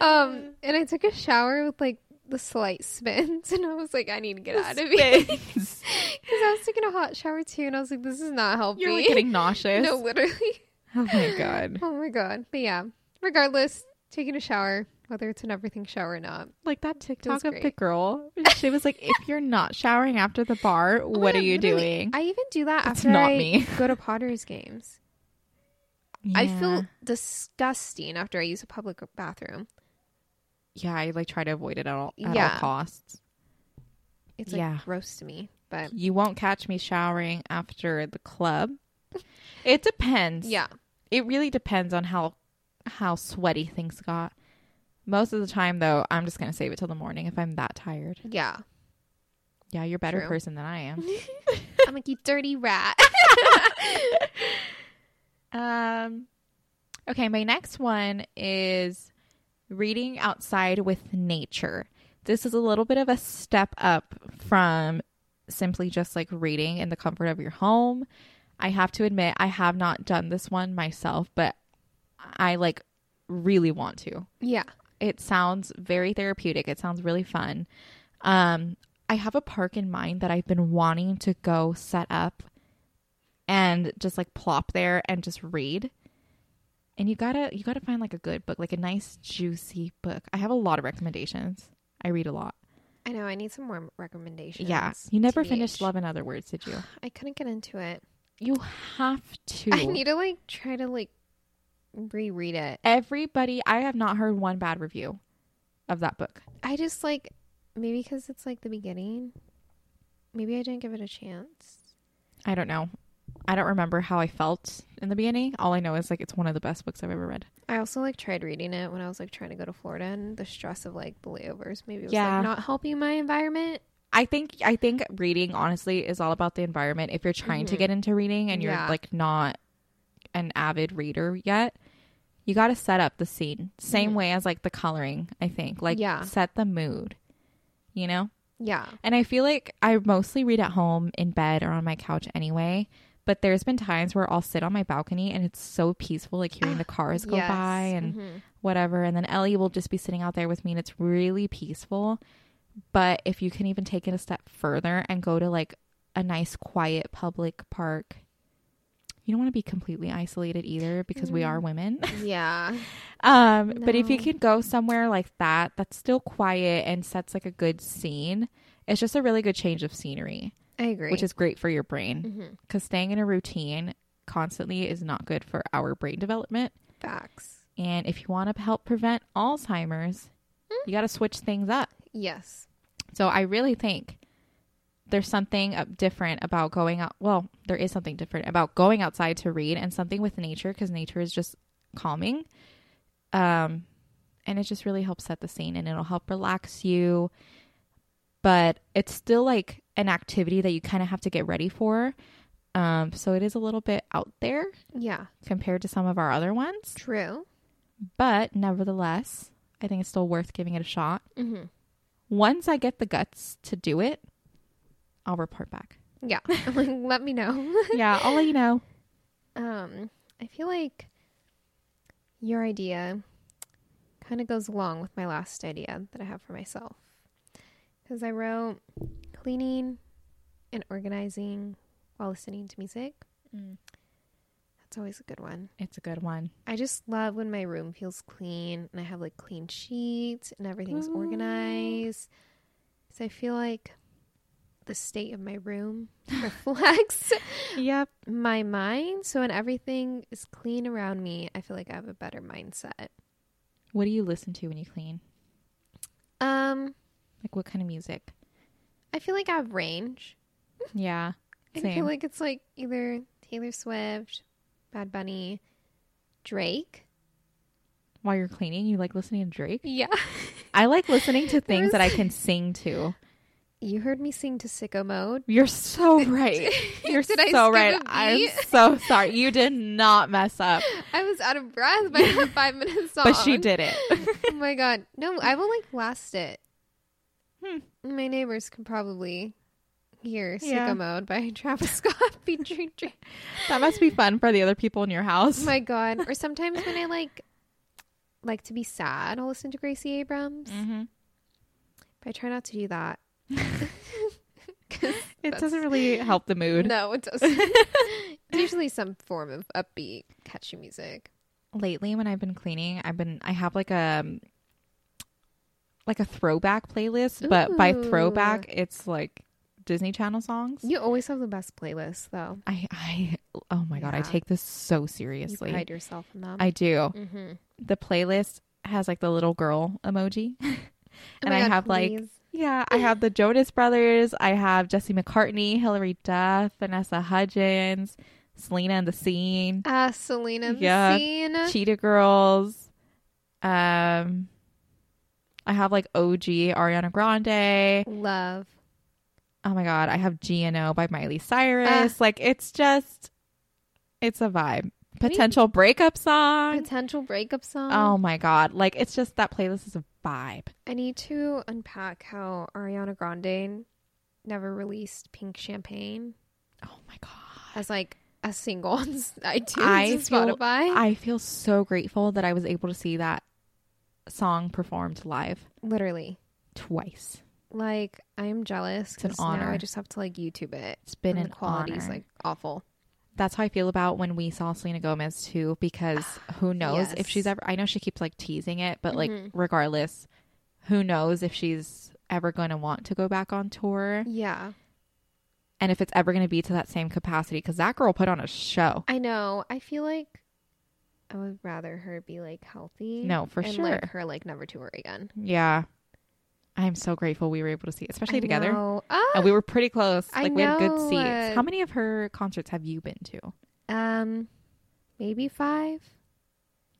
[SPEAKER 1] Um, and I took a shower with like the slight spins, and I was like, I need to get out of here because I was taking a hot shower too, and I was like, this is not helping.
[SPEAKER 2] You're like getting nauseous.
[SPEAKER 1] no, literally.
[SPEAKER 2] Oh my god.
[SPEAKER 1] Oh my god. But yeah, regardless, taking a shower, whether it's an everything shower or not.
[SPEAKER 2] Like that TikTok of the
[SPEAKER 1] great.
[SPEAKER 2] girl. She was like, if you're not showering after the bar,
[SPEAKER 1] Oh my
[SPEAKER 2] what are
[SPEAKER 1] God,
[SPEAKER 2] you
[SPEAKER 1] literally,
[SPEAKER 2] doing?
[SPEAKER 1] I even do that
[SPEAKER 2] That's
[SPEAKER 1] after
[SPEAKER 2] not
[SPEAKER 1] I
[SPEAKER 2] me.
[SPEAKER 1] go to Potter's games. I feel disgusting after I use a public bathroom.
[SPEAKER 2] Yeah, I like try to avoid it at all at
[SPEAKER 1] Yeah.
[SPEAKER 2] all costs.
[SPEAKER 1] It's like
[SPEAKER 2] Yeah.
[SPEAKER 1] gross to me. But
[SPEAKER 2] You won't catch me showering after the club. It depends.
[SPEAKER 1] yeah.
[SPEAKER 2] It really depends on how how sweaty things got. Most of the time though, I'm just gonna save it till the morning if I'm that tired.
[SPEAKER 1] Yeah.
[SPEAKER 2] Yeah, you're a better
[SPEAKER 1] True.
[SPEAKER 2] person than I am.
[SPEAKER 1] I'm like you dirty rat.
[SPEAKER 2] Um, okay, my next one is reading outside with nature. This is a little bit of a step up from simply just like reading in the comfort of your home. I have to admit, I have not done this one myself, but I like really want to.
[SPEAKER 1] yeah.
[SPEAKER 2] It sounds very therapeutic. It sounds really fun. Um, I have a park in mind that I've been wanting to go set up and just like plop there and just read. And you gotta you gotta find like a good book, like a nice juicy book. I have a lot of recommendations. I read a lot.
[SPEAKER 1] I know. I need some more recommendations.
[SPEAKER 2] yeah, you never
[SPEAKER 1] TBH.
[SPEAKER 2] finished Love and Other Words, did you?
[SPEAKER 1] I couldn't get into it.
[SPEAKER 2] You have to.
[SPEAKER 1] I need to like try to like reread it.
[SPEAKER 2] Everybody, I have not heard one bad review of that book.
[SPEAKER 1] I just like maybe because it's like the beginning. Maybe I didn't give it a chance.
[SPEAKER 2] I don't know. I don't remember how I felt in the beginning. All I know is like it's one of the best books I've ever read.
[SPEAKER 1] I also like tried reading it when I was like trying to go to Florida and the stress of like the layovers maybe was
[SPEAKER 2] Yeah.
[SPEAKER 1] like not helping my environment.
[SPEAKER 2] I think I think reading honestly is all about the environment. If you're trying to
[SPEAKER 1] Mhm.
[SPEAKER 2] get into reading and you're
[SPEAKER 1] Yeah.
[SPEAKER 2] like not an avid reader yet, you got to set up the scene. Same
[SPEAKER 1] Mhm.
[SPEAKER 2] way as like the coloring, I think. Like
[SPEAKER 1] Yeah.
[SPEAKER 2] set the mood. You know?
[SPEAKER 1] Yeah.
[SPEAKER 2] And I feel like I mostly read at home in bed or on my couch anyway. But there's been times where I'll sit on my balcony and it's so peaceful, like hearing the cars go
[SPEAKER 1] Yes.
[SPEAKER 2] by and
[SPEAKER 1] Mhm.
[SPEAKER 2] whatever. And then Ellie will just be sitting out there with me and it's really peaceful. But if you can even take it a step further and go to like a nice, quiet public park, you don't want to be completely isolated either because we are women.
[SPEAKER 1] yeah.
[SPEAKER 2] Um, but if you
[SPEAKER 1] No.
[SPEAKER 2] can go somewhere like that, that's still quiet and sets like a good scene. It's just a really good change of scenery,
[SPEAKER 1] I agree.
[SPEAKER 2] which is great for your brain
[SPEAKER 1] Mhm.
[SPEAKER 2] because staying in a routine constantly is not good for our brain development.
[SPEAKER 1] facts.
[SPEAKER 2] And if you want to help prevent Alzheimer's, you got to switch things up.
[SPEAKER 1] Yes.
[SPEAKER 2] So I really think there's something uh, different about going out. Well, there is something different about going outside to read and something with nature because nature is just calming. Um, and it just really helps set the scene and it'll help relax you. But it's still like an activity that you kind of have to get ready for. Um, so it is a little bit out there
[SPEAKER 1] Yeah.
[SPEAKER 2] compared to some of our other ones.
[SPEAKER 1] True.
[SPEAKER 2] But nevertheless, I think it's still worth giving it a shot
[SPEAKER 1] hmm
[SPEAKER 2] once I get the guts to do it, I'll report back.
[SPEAKER 1] Yeah. like, let me know.
[SPEAKER 2] yeah, I'll let you know.
[SPEAKER 1] Um, I feel like your idea kind of goes along with my last idea that I have for myself. Because I wrote cleaning and organizing while listening to music.
[SPEAKER 2] Mm.
[SPEAKER 1] That's always a good one.
[SPEAKER 2] It's a good one.
[SPEAKER 1] I just love when my room feels clean and I have like clean sheets and everything's organized. So I feel like the state of my room reflects
[SPEAKER 2] Yep.
[SPEAKER 1] my mind. So when everything is clean around me, I feel like I have a better mindset.
[SPEAKER 2] What do you listen to when you clean?
[SPEAKER 1] Um,
[SPEAKER 2] Like what kind of music?
[SPEAKER 1] I feel like I have range.
[SPEAKER 2] Yeah.
[SPEAKER 1] And I feel
[SPEAKER 2] Same.
[SPEAKER 1] like it's like either Taylor Swift, Bad Bunny, Drake.
[SPEAKER 2] While you're cleaning, you like listening to Drake?
[SPEAKER 1] Yeah.
[SPEAKER 2] I like listening to things that I can sing to.
[SPEAKER 1] You heard me sing to Sicko Mode.
[SPEAKER 2] You're so right. You're
[SPEAKER 1] Did I
[SPEAKER 2] so
[SPEAKER 1] skip
[SPEAKER 2] right.
[SPEAKER 1] a
[SPEAKER 2] I'm
[SPEAKER 1] beat?
[SPEAKER 2] so sorry. You did not mess up,
[SPEAKER 1] I was out of breath by the five minute song.
[SPEAKER 2] but she did it.
[SPEAKER 1] Oh my god. No, I will like last it.
[SPEAKER 2] Hmm.
[SPEAKER 1] My neighbors could probably hear Sicko
[SPEAKER 2] Yeah.
[SPEAKER 1] Mode by Travis Scott featuring Drake. Oh
[SPEAKER 2] that must be fun for the other people in your house.
[SPEAKER 1] my god or sometimes when i like like to be sad, I'll listen to Gracie Abrams.
[SPEAKER 2] Mm-hmm.
[SPEAKER 1] But I try not to do that. 'Cause
[SPEAKER 2] It
[SPEAKER 1] that's-
[SPEAKER 2] doesn't really help the mood.
[SPEAKER 1] No, it doesn't. it's usually some form of upbeat, catchy music.
[SPEAKER 2] Lately, when I've been cleaning, I've been I have like a um, like a throwback playlist, but by
[SPEAKER 1] Ooh.
[SPEAKER 2] throwback, it's like Disney Channel songs.
[SPEAKER 1] You always have the best playlist, though.
[SPEAKER 2] I I oh my god, I
[SPEAKER 1] Yeah.
[SPEAKER 2] take this so
[SPEAKER 1] You
[SPEAKER 2] seriously.
[SPEAKER 1] pride yourself in them.
[SPEAKER 2] I do.
[SPEAKER 1] mm-hmm.
[SPEAKER 2] The playlist has like the little girl emoji.
[SPEAKER 1] Oh
[SPEAKER 2] and I have like yeah, I have the Jonas Brothers, I have Jesse McCartney, Hilary Duff, Vanessa Hudgens, Selena and the Scene,
[SPEAKER 1] Ah, Selena and the
[SPEAKER 2] Yeah.
[SPEAKER 1] Scene.
[SPEAKER 2] Cheetah Girls. Um I have like OG Ariana Grande.
[SPEAKER 1] Love.
[SPEAKER 2] Oh my god, I have GNO by Miley
[SPEAKER 1] Ah.
[SPEAKER 2] Cyrus. like it's just it's a vibe.
[SPEAKER 1] do you-
[SPEAKER 2] Potential breakup song.
[SPEAKER 1] Potential breakup song.
[SPEAKER 2] Oh my god! Like it's just that playlist is a vibe.
[SPEAKER 1] I need to unpack how Ariana Grande never released Pink Champagne
[SPEAKER 2] Oh my god!
[SPEAKER 1] as like a single on s- iTunes
[SPEAKER 2] I
[SPEAKER 1] and
[SPEAKER 2] feel-
[SPEAKER 1] Spotify.
[SPEAKER 2] I feel so grateful that I was able to see that song performed live
[SPEAKER 1] Literally.
[SPEAKER 2] twice.
[SPEAKER 1] Like I am jealous
[SPEAKER 2] an
[SPEAKER 1] 'cause now I
[SPEAKER 2] honor.
[SPEAKER 1] just have to like YouTube it.
[SPEAKER 2] It's been
[SPEAKER 1] and
[SPEAKER 2] an
[SPEAKER 1] the quality's
[SPEAKER 2] honor.
[SPEAKER 1] like awful.
[SPEAKER 2] That's how I feel about when we saw Selena Gomez too, because who knows if
[SPEAKER 1] yes.
[SPEAKER 2] she's ever? I know she keeps like teasing it, but like
[SPEAKER 1] Mhm.
[SPEAKER 2] regardless, who knows if she's ever going to want to go back on tour
[SPEAKER 1] Yeah.
[SPEAKER 2] and if it's ever going to be to that same capacity? Because that girl put on a show.
[SPEAKER 1] I know. I feel like I would rather her be like healthy.
[SPEAKER 2] No, for
[SPEAKER 1] and,
[SPEAKER 2] sure.
[SPEAKER 1] Like her like never tour again.
[SPEAKER 2] Yeah, I'm so grateful we were able to see, it, especially
[SPEAKER 1] I
[SPEAKER 2] together.
[SPEAKER 1] know. Ah!
[SPEAKER 2] And we were pretty close.
[SPEAKER 1] I
[SPEAKER 2] Like we had good
[SPEAKER 1] know,
[SPEAKER 2] seats.
[SPEAKER 1] uh,
[SPEAKER 2] How many of her concerts have you been to?
[SPEAKER 1] Um, maybe five.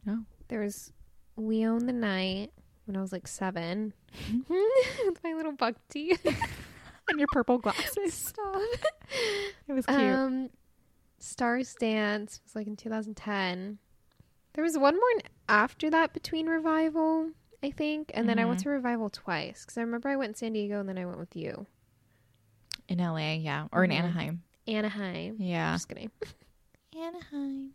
[SPEAKER 2] No.
[SPEAKER 1] There was We Own the Night when I was like seven.
[SPEAKER 2] Mm-hmm.
[SPEAKER 1] With my little buck teeth.
[SPEAKER 2] And your purple glasses.
[SPEAKER 1] Stop.
[SPEAKER 2] It was cute.
[SPEAKER 1] Um, Stars Dance was like in 2010. There was one more after that between Revival, I think. And then I
[SPEAKER 2] Mm-hmm.
[SPEAKER 1] went to Revival twice because I remember I went in San Diego and then I went with you.
[SPEAKER 2] in LA, yeah. Or in
[SPEAKER 1] Mhm.
[SPEAKER 2] Anaheim.
[SPEAKER 1] Anaheim.
[SPEAKER 2] Yeah.
[SPEAKER 1] Just kidding.
[SPEAKER 2] Anaheim.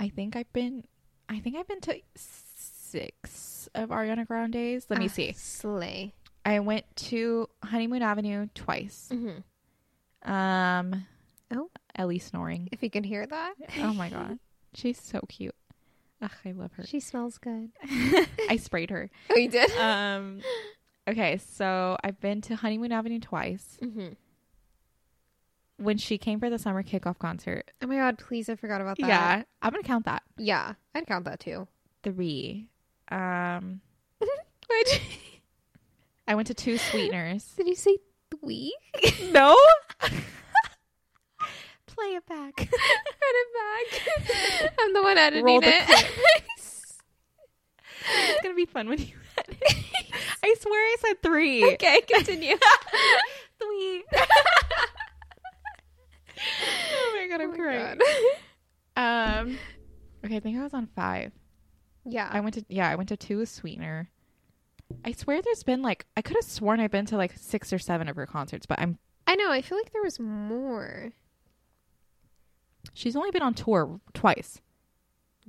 [SPEAKER 2] I think I've been I think I've been to six of Ariana Grande's. Let me
[SPEAKER 1] Ah,
[SPEAKER 2] see.
[SPEAKER 1] Slay.
[SPEAKER 2] I went to Honeymoon Avenue twice.
[SPEAKER 1] Mhm.
[SPEAKER 2] Um
[SPEAKER 1] Oh.
[SPEAKER 2] Ellie snoring.
[SPEAKER 1] If you can hear that.
[SPEAKER 2] Oh my god. She's so cute. Ugh, I love her.
[SPEAKER 1] She smells good.
[SPEAKER 2] I sprayed her.
[SPEAKER 1] Oh, you did?
[SPEAKER 2] um okay so i've been to honeymoon avenue twice
[SPEAKER 1] mm-hmm.
[SPEAKER 2] when she came for the summer kickoff concert
[SPEAKER 1] Oh my god, please, I forgot about that.
[SPEAKER 2] yeah i'm gonna count that
[SPEAKER 1] Yeah, I'd count that too.
[SPEAKER 2] three um i went to two sweeteners
[SPEAKER 1] Did you say three?
[SPEAKER 2] no play it back
[SPEAKER 1] Run it back. I'm the one editing
[SPEAKER 2] Roll the
[SPEAKER 1] it.
[SPEAKER 2] it's gonna be fun when you i swear i said three
[SPEAKER 1] okay, continue.
[SPEAKER 2] three oh my god i'm
[SPEAKER 1] my
[SPEAKER 2] crying um okay i think i was on five I
[SPEAKER 1] yeah.
[SPEAKER 2] went to yeah, I went to two with Sweetener. I swear there's been like I could have sworn I've been to like six or seven of her concerts, but I'm
[SPEAKER 1] I know, I feel like there was more.
[SPEAKER 2] she's only been on tour twice.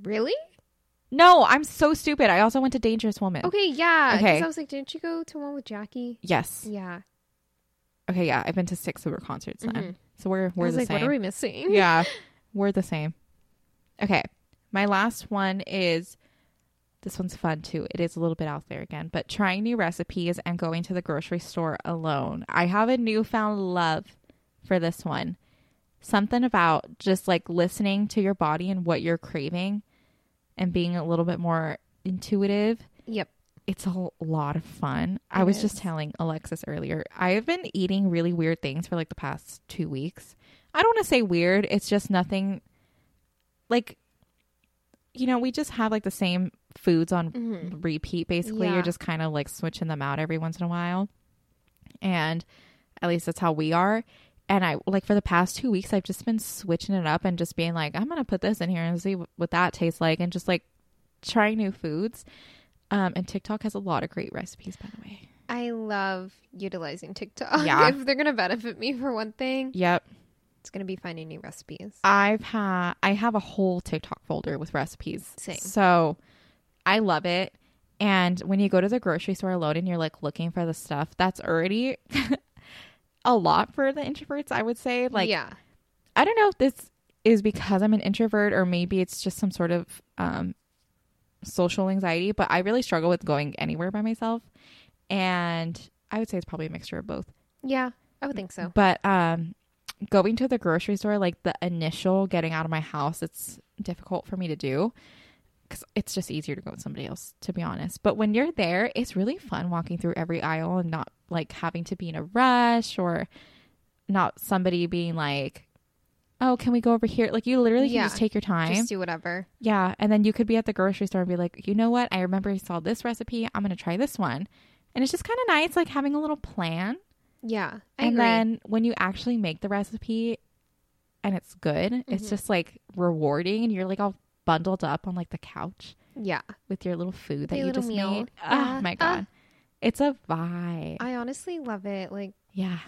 [SPEAKER 1] Really?
[SPEAKER 2] No, I'm so stupid. I also went to Dangerous Woman.
[SPEAKER 1] Okay, yeah. 'cause
[SPEAKER 2] Okay.
[SPEAKER 1] I was like, didn't you go to one with Jackie?
[SPEAKER 2] Yes.
[SPEAKER 1] Yeah.
[SPEAKER 2] Okay, yeah, I've been to six of her concerts then.
[SPEAKER 1] Mhm.
[SPEAKER 2] So we're
[SPEAKER 1] I
[SPEAKER 2] we're
[SPEAKER 1] was
[SPEAKER 2] the
[SPEAKER 1] like, what
[SPEAKER 2] same.
[SPEAKER 1] are we missing?
[SPEAKER 2] yeah. We're the same. Okay. My last one is this one's fun too. It is a little bit out there again, but trying new recipes and going to the grocery store alone. I have a newfound love for this one. Something about just like listening to your body and what you're craving and being a little bit more intuitive.
[SPEAKER 1] Yep.
[SPEAKER 2] It's a l- lot of fun. I
[SPEAKER 1] It
[SPEAKER 2] was just
[SPEAKER 1] is.
[SPEAKER 2] telling Alexis earlier, I've been eating really weird things for like the past two weeks. I don't want to say weird, it's just nothing like you know, we just have like the same foods on
[SPEAKER 1] Mhm.
[SPEAKER 2] repeat basically.
[SPEAKER 1] Yeah.
[SPEAKER 2] You're just kind of like switching them out every once in a while. And at least that's how we are. And I like for the past two weeks, I've just been switching it up and just being like, I'm going to put this in here and see wh- what that tastes like and just like trying new foods. Um, and TikTok has a lot of great recipes, by the way.
[SPEAKER 1] I love utilizing TikTok.
[SPEAKER 2] Yeah.
[SPEAKER 1] if they're going to benefit me for one thing,
[SPEAKER 2] Yep.
[SPEAKER 1] it's going to be finding new recipes.
[SPEAKER 2] I've had I have a whole TikTok folder with recipes.
[SPEAKER 1] Same.
[SPEAKER 2] So I love it. And when you go to the grocery store alone and you're like looking for the stuff, that's already a lot for the introverts, I would say. Like,
[SPEAKER 1] yeah.
[SPEAKER 2] I don't know if this is because I'm an introvert or maybe it's just some sort of um, social anxiety, but I really struggle with going anywhere by myself. And I would say it's probably a mixture of both.
[SPEAKER 1] Yeah. I
[SPEAKER 2] Mm,
[SPEAKER 1] would think so.
[SPEAKER 2] But um, going to the grocery store, like the initial getting out of my house, it's difficult for me to do because it's just easier to go with somebody else, to be honest. But when you're there, it's really fun walking through every aisle and not like having to be in a rush or not somebody being like, oh, can we go over here? Like, you literally can
[SPEAKER 1] Yeah.
[SPEAKER 2] just take your time.
[SPEAKER 1] Just do whatever.
[SPEAKER 2] Yeah, and then you could be at the grocery store and be like, you know what? I remember I saw this recipe. I'm gonna try this one, and it's just kind of nice, like having a little plan.
[SPEAKER 1] Yeah. I
[SPEAKER 2] and
[SPEAKER 1] agree.
[SPEAKER 2] then when you actually make the recipe, and it's good,
[SPEAKER 1] Mm-hmm.
[SPEAKER 2] it's just like rewarding, and you're like all bundled up on like the couch
[SPEAKER 1] yeah.
[SPEAKER 2] with your little food that
[SPEAKER 1] Your
[SPEAKER 2] you
[SPEAKER 1] little
[SPEAKER 2] just
[SPEAKER 1] meal.
[SPEAKER 2] made.
[SPEAKER 1] Yeah.
[SPEAKER 2] Oh my
[SPEAKER 1] Ah.
[SPEAKER 2] god, it's a vibe.
[SPEAKER 1] I honestly love it. Like
[SPEAKER 2] yeah,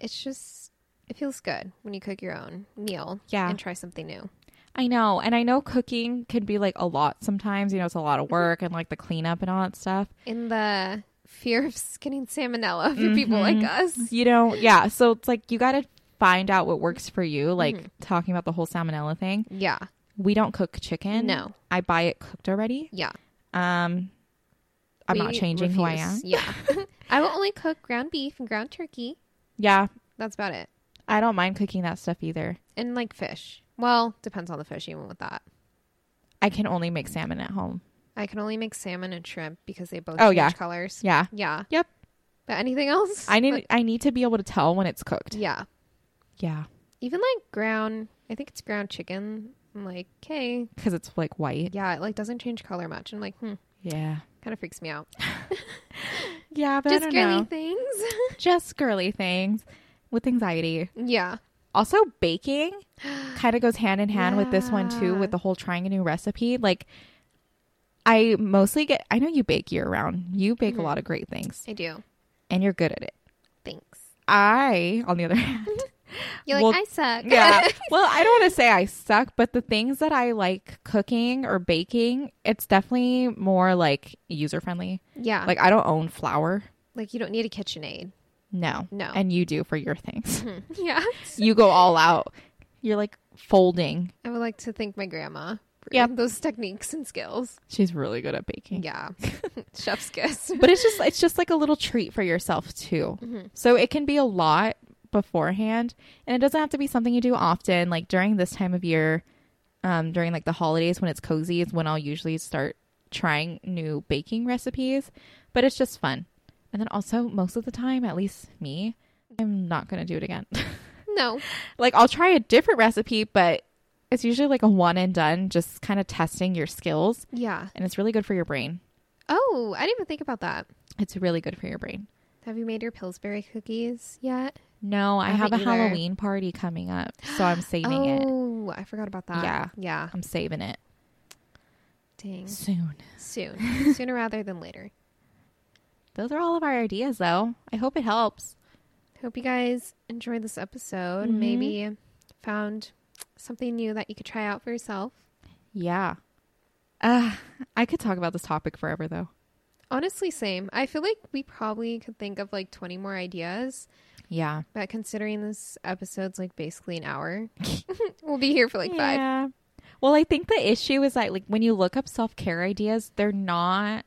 [SPEAKER 1] it's just it feels good when you cook your own meal
[SPEAKER 2] Yeah.
[SPEAKER 1] and try something new.
[SPEAKER 2] I know, and I know cooking can be like a lot sometimes. You know, it's a
[SPEAKER 1] Mm-hmm.
[SPEAKER 2] lot of work and like the cleanup and all that stuff.
[SPEAKER 1] In the fear of getting salmonella for people like us.
[SPEAKER 2] you know yeah so it's like you gotta find out what works for you like
[SPEAKER 1] Mm-hmm.
[SPEAKER 2] talking about the whole salmonella thing
[SPEAKER 1] Yeah.
[SPEAKER 2] we don't cook chicken
[SPEAKER 1] No.
[SPEAKER 2] i buy it cooked already
[SPEAKER 1] Yeah.
[SPEAKER 2] um i'm not
[SPEAKER 1] We
[SPEAKER 2] changing who i am
[SPEAKER 1] refuse. Yeah. I will only cook ground beef and ground turkey.
[SPEAKER 2] yeah
[SPEAKER 1] That's about it.
[SPEAKER 2] i don't mind cooking that stuff either
[SPEAKER 1] And like fish. Well, depends on the fish even with that.
[SPEAKER 2] i can only make salmon at home
[SPEAKER 1] I can only make salmon and shrimp because they both
[SPEAKER 2] Oh,
[SPEAKER 1] change
[SPEAKER 2] yeah.
[SPEAKER 1] colors.
[SPEAKER 2] yeah
[SPEAKER 1] Yeah.
[SPEAKER 2] yep
[SPEAKER 1] But anything else?
[SPEAKER 2] i need
[SPEAKER 1] Like,
[SPEAKER 2] i need to be able to tell when it's cooked
[SPEAKER 1] yeah.
[SPEAKER 2] yeah
[SPEAKER 1] Even like ground, I think it's ground chicken. I'm like, okay.
[SPEAKER 2] because it's like white
[SPEAKER 1] Yeah, it like doesn't change color much. I'm like, hmm,
[SPEAKER 2] yeah
[SPEAKER 1] kind of freaks me out.
[SPEAKER 2] yeah but
[SPEAKER 1] Just
[SPEAKER 2] I don't
[SPEAKER 1] girly
[SPEAKER 2] know.
[SPEAKER 1] things.
[SPEAKER 2] just girly things with anxiety
[SPEAKER 1] yeah.
[SPEAKER 2] Also, baking kind of goes hand in hand with this one too,
[SPEAKER 1] Yeah.
[SPEAKER 2] with the whole trying a new recipe. Like, I mostly get, I know you bake year round. You bake
[SPEAKER 1] Mm-hmm.
[SPEAKER 2] a lot of great things
[SPEAKER 1] I do.
[SPEAKER 2] and you're good at it.
[SPEAKER 1] Thanks.
[SPEAKER 2] I, on the other hand,
[SPEAKER 1] You're like,
[SPEAKER 2] Well,
[SPEAKER 1] I suck.
[SPEAKER 2] yeah. Well, I don't want to say I suck, but the things that I like cooking or baking, it's definitely more like user friendly.
[SPEAKER 1] yeah. Like,
[SPEAKER 2] Like, I don't own flour.
[SPEAKER 1] you don't need a KitchenAid.
[SPEAKER 2] No.
[SPEAKER 1] No.
[SPEAKER 2] And you do for your things.
[SPEAKER 1] Yeah.
[SPEAKER 2] you go all out. You're like folding.
[SPEAKER 1] I would like to thank my grandma for
[SPEAKER 2] Yeah.
[SPEAKER 1] those techniques and skills.
[SPEAKER 2] She's really good at baking.
[SPEAKER 1] Yeah. Chef's kiss.
[SPEAKER 2] but it's just it's just like a little treat for yourself too. So it can be a lot beforehand, and it doesn't have to be something you do often. Like during this time of year, um, during like the holidays when it's cozy, is when I'll usually start trying new baking recipes. But it's just fun, and then also most of the time, at least me, I'm not gonna do it again.
[SPEAKER 1] No.
[SPEAKER 2] like I'll try a different recipe, but it's usually like a one and done, just kind of testing your skills,
[SPEAKER 1] Yeah.
[SPEAKER 2] and it's really good for your brain.
[SPEAKER 1] Oh, I didn't even think about that.
[SPEAKER 2] It's really good for your brain.
[SPEAKER 1] Have you made your Pillsbury cookies yet?
[SPEAKER 2] No, I,
[SPEAKER 1] I
[SPEAKER 2] have a
[SPEAKER 1] haven't either.
[SPEAKER 2] Halloween party coming up, so I'm saving it.
[SPEAKER 1] Oh, I forgot about that.
[SPEAKER 2] Yeah.
[SPEAKER 1] Yeah.
[SPEAKER 2] I'm saving it
[SPEAKER 1] Dang.
[SPEAKER 2] soon.
[SPEAKER 1] Soon. Sooner rather than later.
[SPEAKER 2] Those are all of our ideas, though. I hope it helps.
[SPEAKER 1] Hope you guys enjoyed this episode.
[SPEAKER 2] Mhm.
[SPEAKER 1] Maybe found something new that you could try out for yourself.
[SPEAKER 2] Yeah. Uh, I could talk about this topic forever, though.
[SPEAKER 1] Honestly, same. I feel like we probably could think of like 20 more ideas,
[SPEAKER 2] Yeah.
[SPEAKER 1] but considering this episode's like basically an hour, we'll be here for like five.
[SPEAKER 2] Yeah. Well, I think the issue is that, like, when you look up self care ideas, they're not.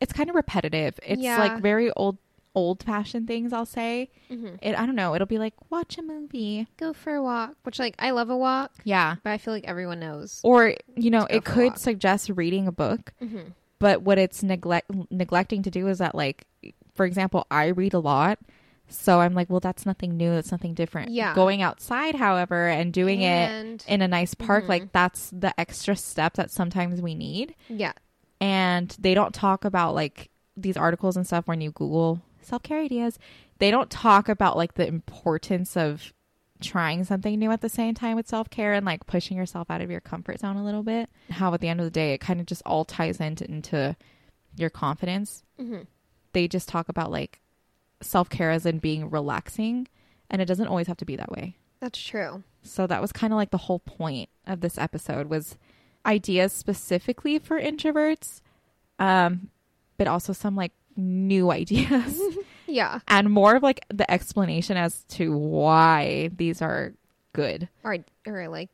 [SPEAKER 2] It's kind of repetitive. It's
[SPEAKER 1] Yeah.
[SPEAKER 2] like very old, old fashioned things. I'll say.
[SPEAKER 1] Mhm.
[SPEAKER 2] It. I don't know. It'll be like watch a movie.
[SPEAKER 1] Go for a walk, which like I love a walk,
[SPEAKER 2] Yeah.
[SPEAKER 1] but I feel like everyone knows.
[SPEAKER 2] Or you know,
[SPEAKER 1] go
[SPEAKER 2] it
[SPEAKER 1] for a
[SPEAKER 2] could
[SPEAKER 1] walk.
[SPEAKER 2] suggest reading a book.
[SPEAKER 1] Mm-hmm.
[SPEAKER 2] but what it's neglect neglecting to do is that like for example i read a lot so i'm like well that's nothing new that's nothing different
[SPEAKER 1] Yeah.
[SPEAKER 2] going outside however and doing
[SPEAKER 1] And- Mm-hmm.
[SPEAKER 2] it in a nice park like that's the extra step that sometimes we need
[SPEAKER 1] Yeah.
[SPEAKER 2] and they don't talk about like these articles and stuff when you google self-care ideas they don't talk about like the importance of trying something new at the same time with self-care and like pushing yourself out of your comfort zone a little bit how at the end of the day it kind of just all ties into, into your confidence
[SPEAKER 1] Mhm.
[SPEAKER 2] they just talk about like self-care as in being relaxing and it doesn't always have to be that way
[SPEAKER 1] That's true.
[SPEAKER 2] so that was kind of like the whole point of this episode was ideas specifically for introverts um, but also some like new ideas
[SPEAKER 1] Yeah.
[SPEAKER 2] and more of like the explanation as to why these are good.
[SPEAKER 1] Or or like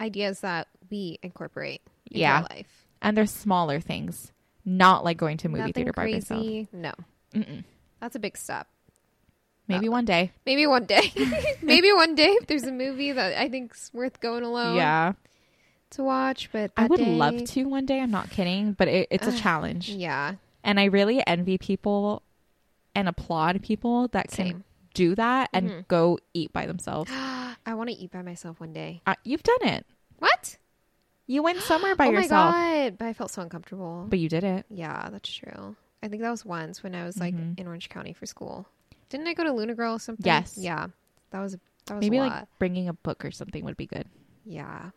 [SPEAKER 1] ideas that we incorporate in
[SPEAKER 2] Yeah.
[SPEAKER 1] our life.
[SPEAKER 2] And they're smaller things, not like going to a movie
[SPEAKER 1] Nothing
[SPEAKER 2] theater by myself.
[SPEAKER 1] crazy. No.
[SPEAKER 2] Mm-mm.
[SPEAKER 1] That's a big step.
[SPEAKER 2] Maybe one day.
[SPEAKER 1] Maybe one day. Maybe one day if there's a movie that I think's worth going alone
[SPEAKER 2] yeah.
[SPEAKER 1] to watch, but
[SPEAKER 2] I
[SPEAKER 1] that
[SPEAKER 2] would
[SPEAKER 1] day-
[SPEAKER 2] love to one day. I'm not kidding, but it, it's a challenge.
[SPEAKER 1] Yeah.
[SPEAKER 2] And I really envy people and applaud people that can
[SPEAKER 1] Same. Mm-hmm.
[SPEAKER 2] do that and go eat by themselves.
[SPEAKER 1] I want to eat by myself one day.
[SPEAKER 2] Uh, you've done it.
[SPEAKER 1] What?
[SPEAKER 2] You went somewhere by
[SPEAKER 1] oh
[SPEAKER 2] yourself,
[SPEAKER 1] my god. But I felt so uncomfortable.
[SPEAKER 2] but you did it.
[SPEAKER 1] Yeah, that's true. I think that was once when I was like in Orange County for school. Didn't I go to Luna Girl or something?
[SPEAKER 2] Mm-hmm. Yes.
[SPEAKER 1] Yeah. That was that was
[SPEAKER 2] Maybe
[SPEAKER 1] a
[SPEAKER 2] like
[SPEAKER 1] lot.
[SPEAKER 2] bringing a book or something would be good.
[SPEAKER 1] yeah.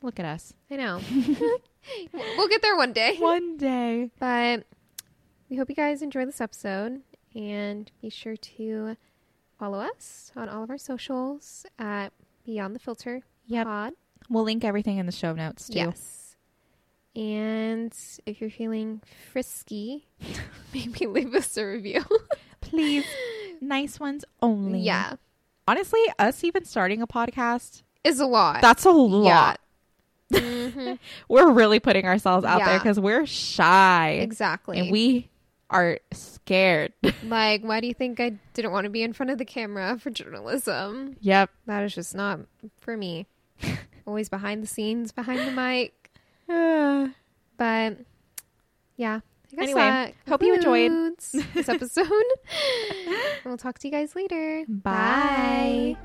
[SPEAKER 2] Look at us.
[SPEAKER 1] I know. we'll get there one day.
[SPEAKER 2] One day.
[SPEAKER 1] But we hope you guys enjoy this episode and be sure to follow us on all of our socials at Beyond the Filter
[SPEAKER 2] Yep.
[SPEAKER 1] Pod.
[SPEAKER 2] We'll link everything in the show notes too.
[SPEAKER 1] Yes. And if you're feeling frisky, maybe leave us a review.
[SPEAKER 2] Please. Nice ones only.
[SPEAKER 1] yeah.
[SPEAKER 2] Honestly, us even starting a podcast,
[SPEAKER 1] It's a lot.
[SPEAKER 2] that's a lot.
[SPEAKER 1] Mhm.
[SPEAKER 2] We're really putting ourselves out there
[SPEAKER 1] Yeah.
[SPEAKER 2] because we're shy.
[SPEAKER 1] exactly.
[SPEAKER 2] And we are scared.
[SPEAKER 1] like, why do you think I didn't want to be in front of the camera for journalism?
[SPEAKER 2] yep.
[SPEAKER 1] That is just not for me. Always behind the scenes, behind the mic. But yeah. I guess
[SPEAKER 2] Anyway,
[SPEAKER 1] that
[SPEAKER 2] hope you enjoyed.
[SPEAKER 1] concludes this episode. and we'll talk to you guys later.
[SPEAKER 2] Bye.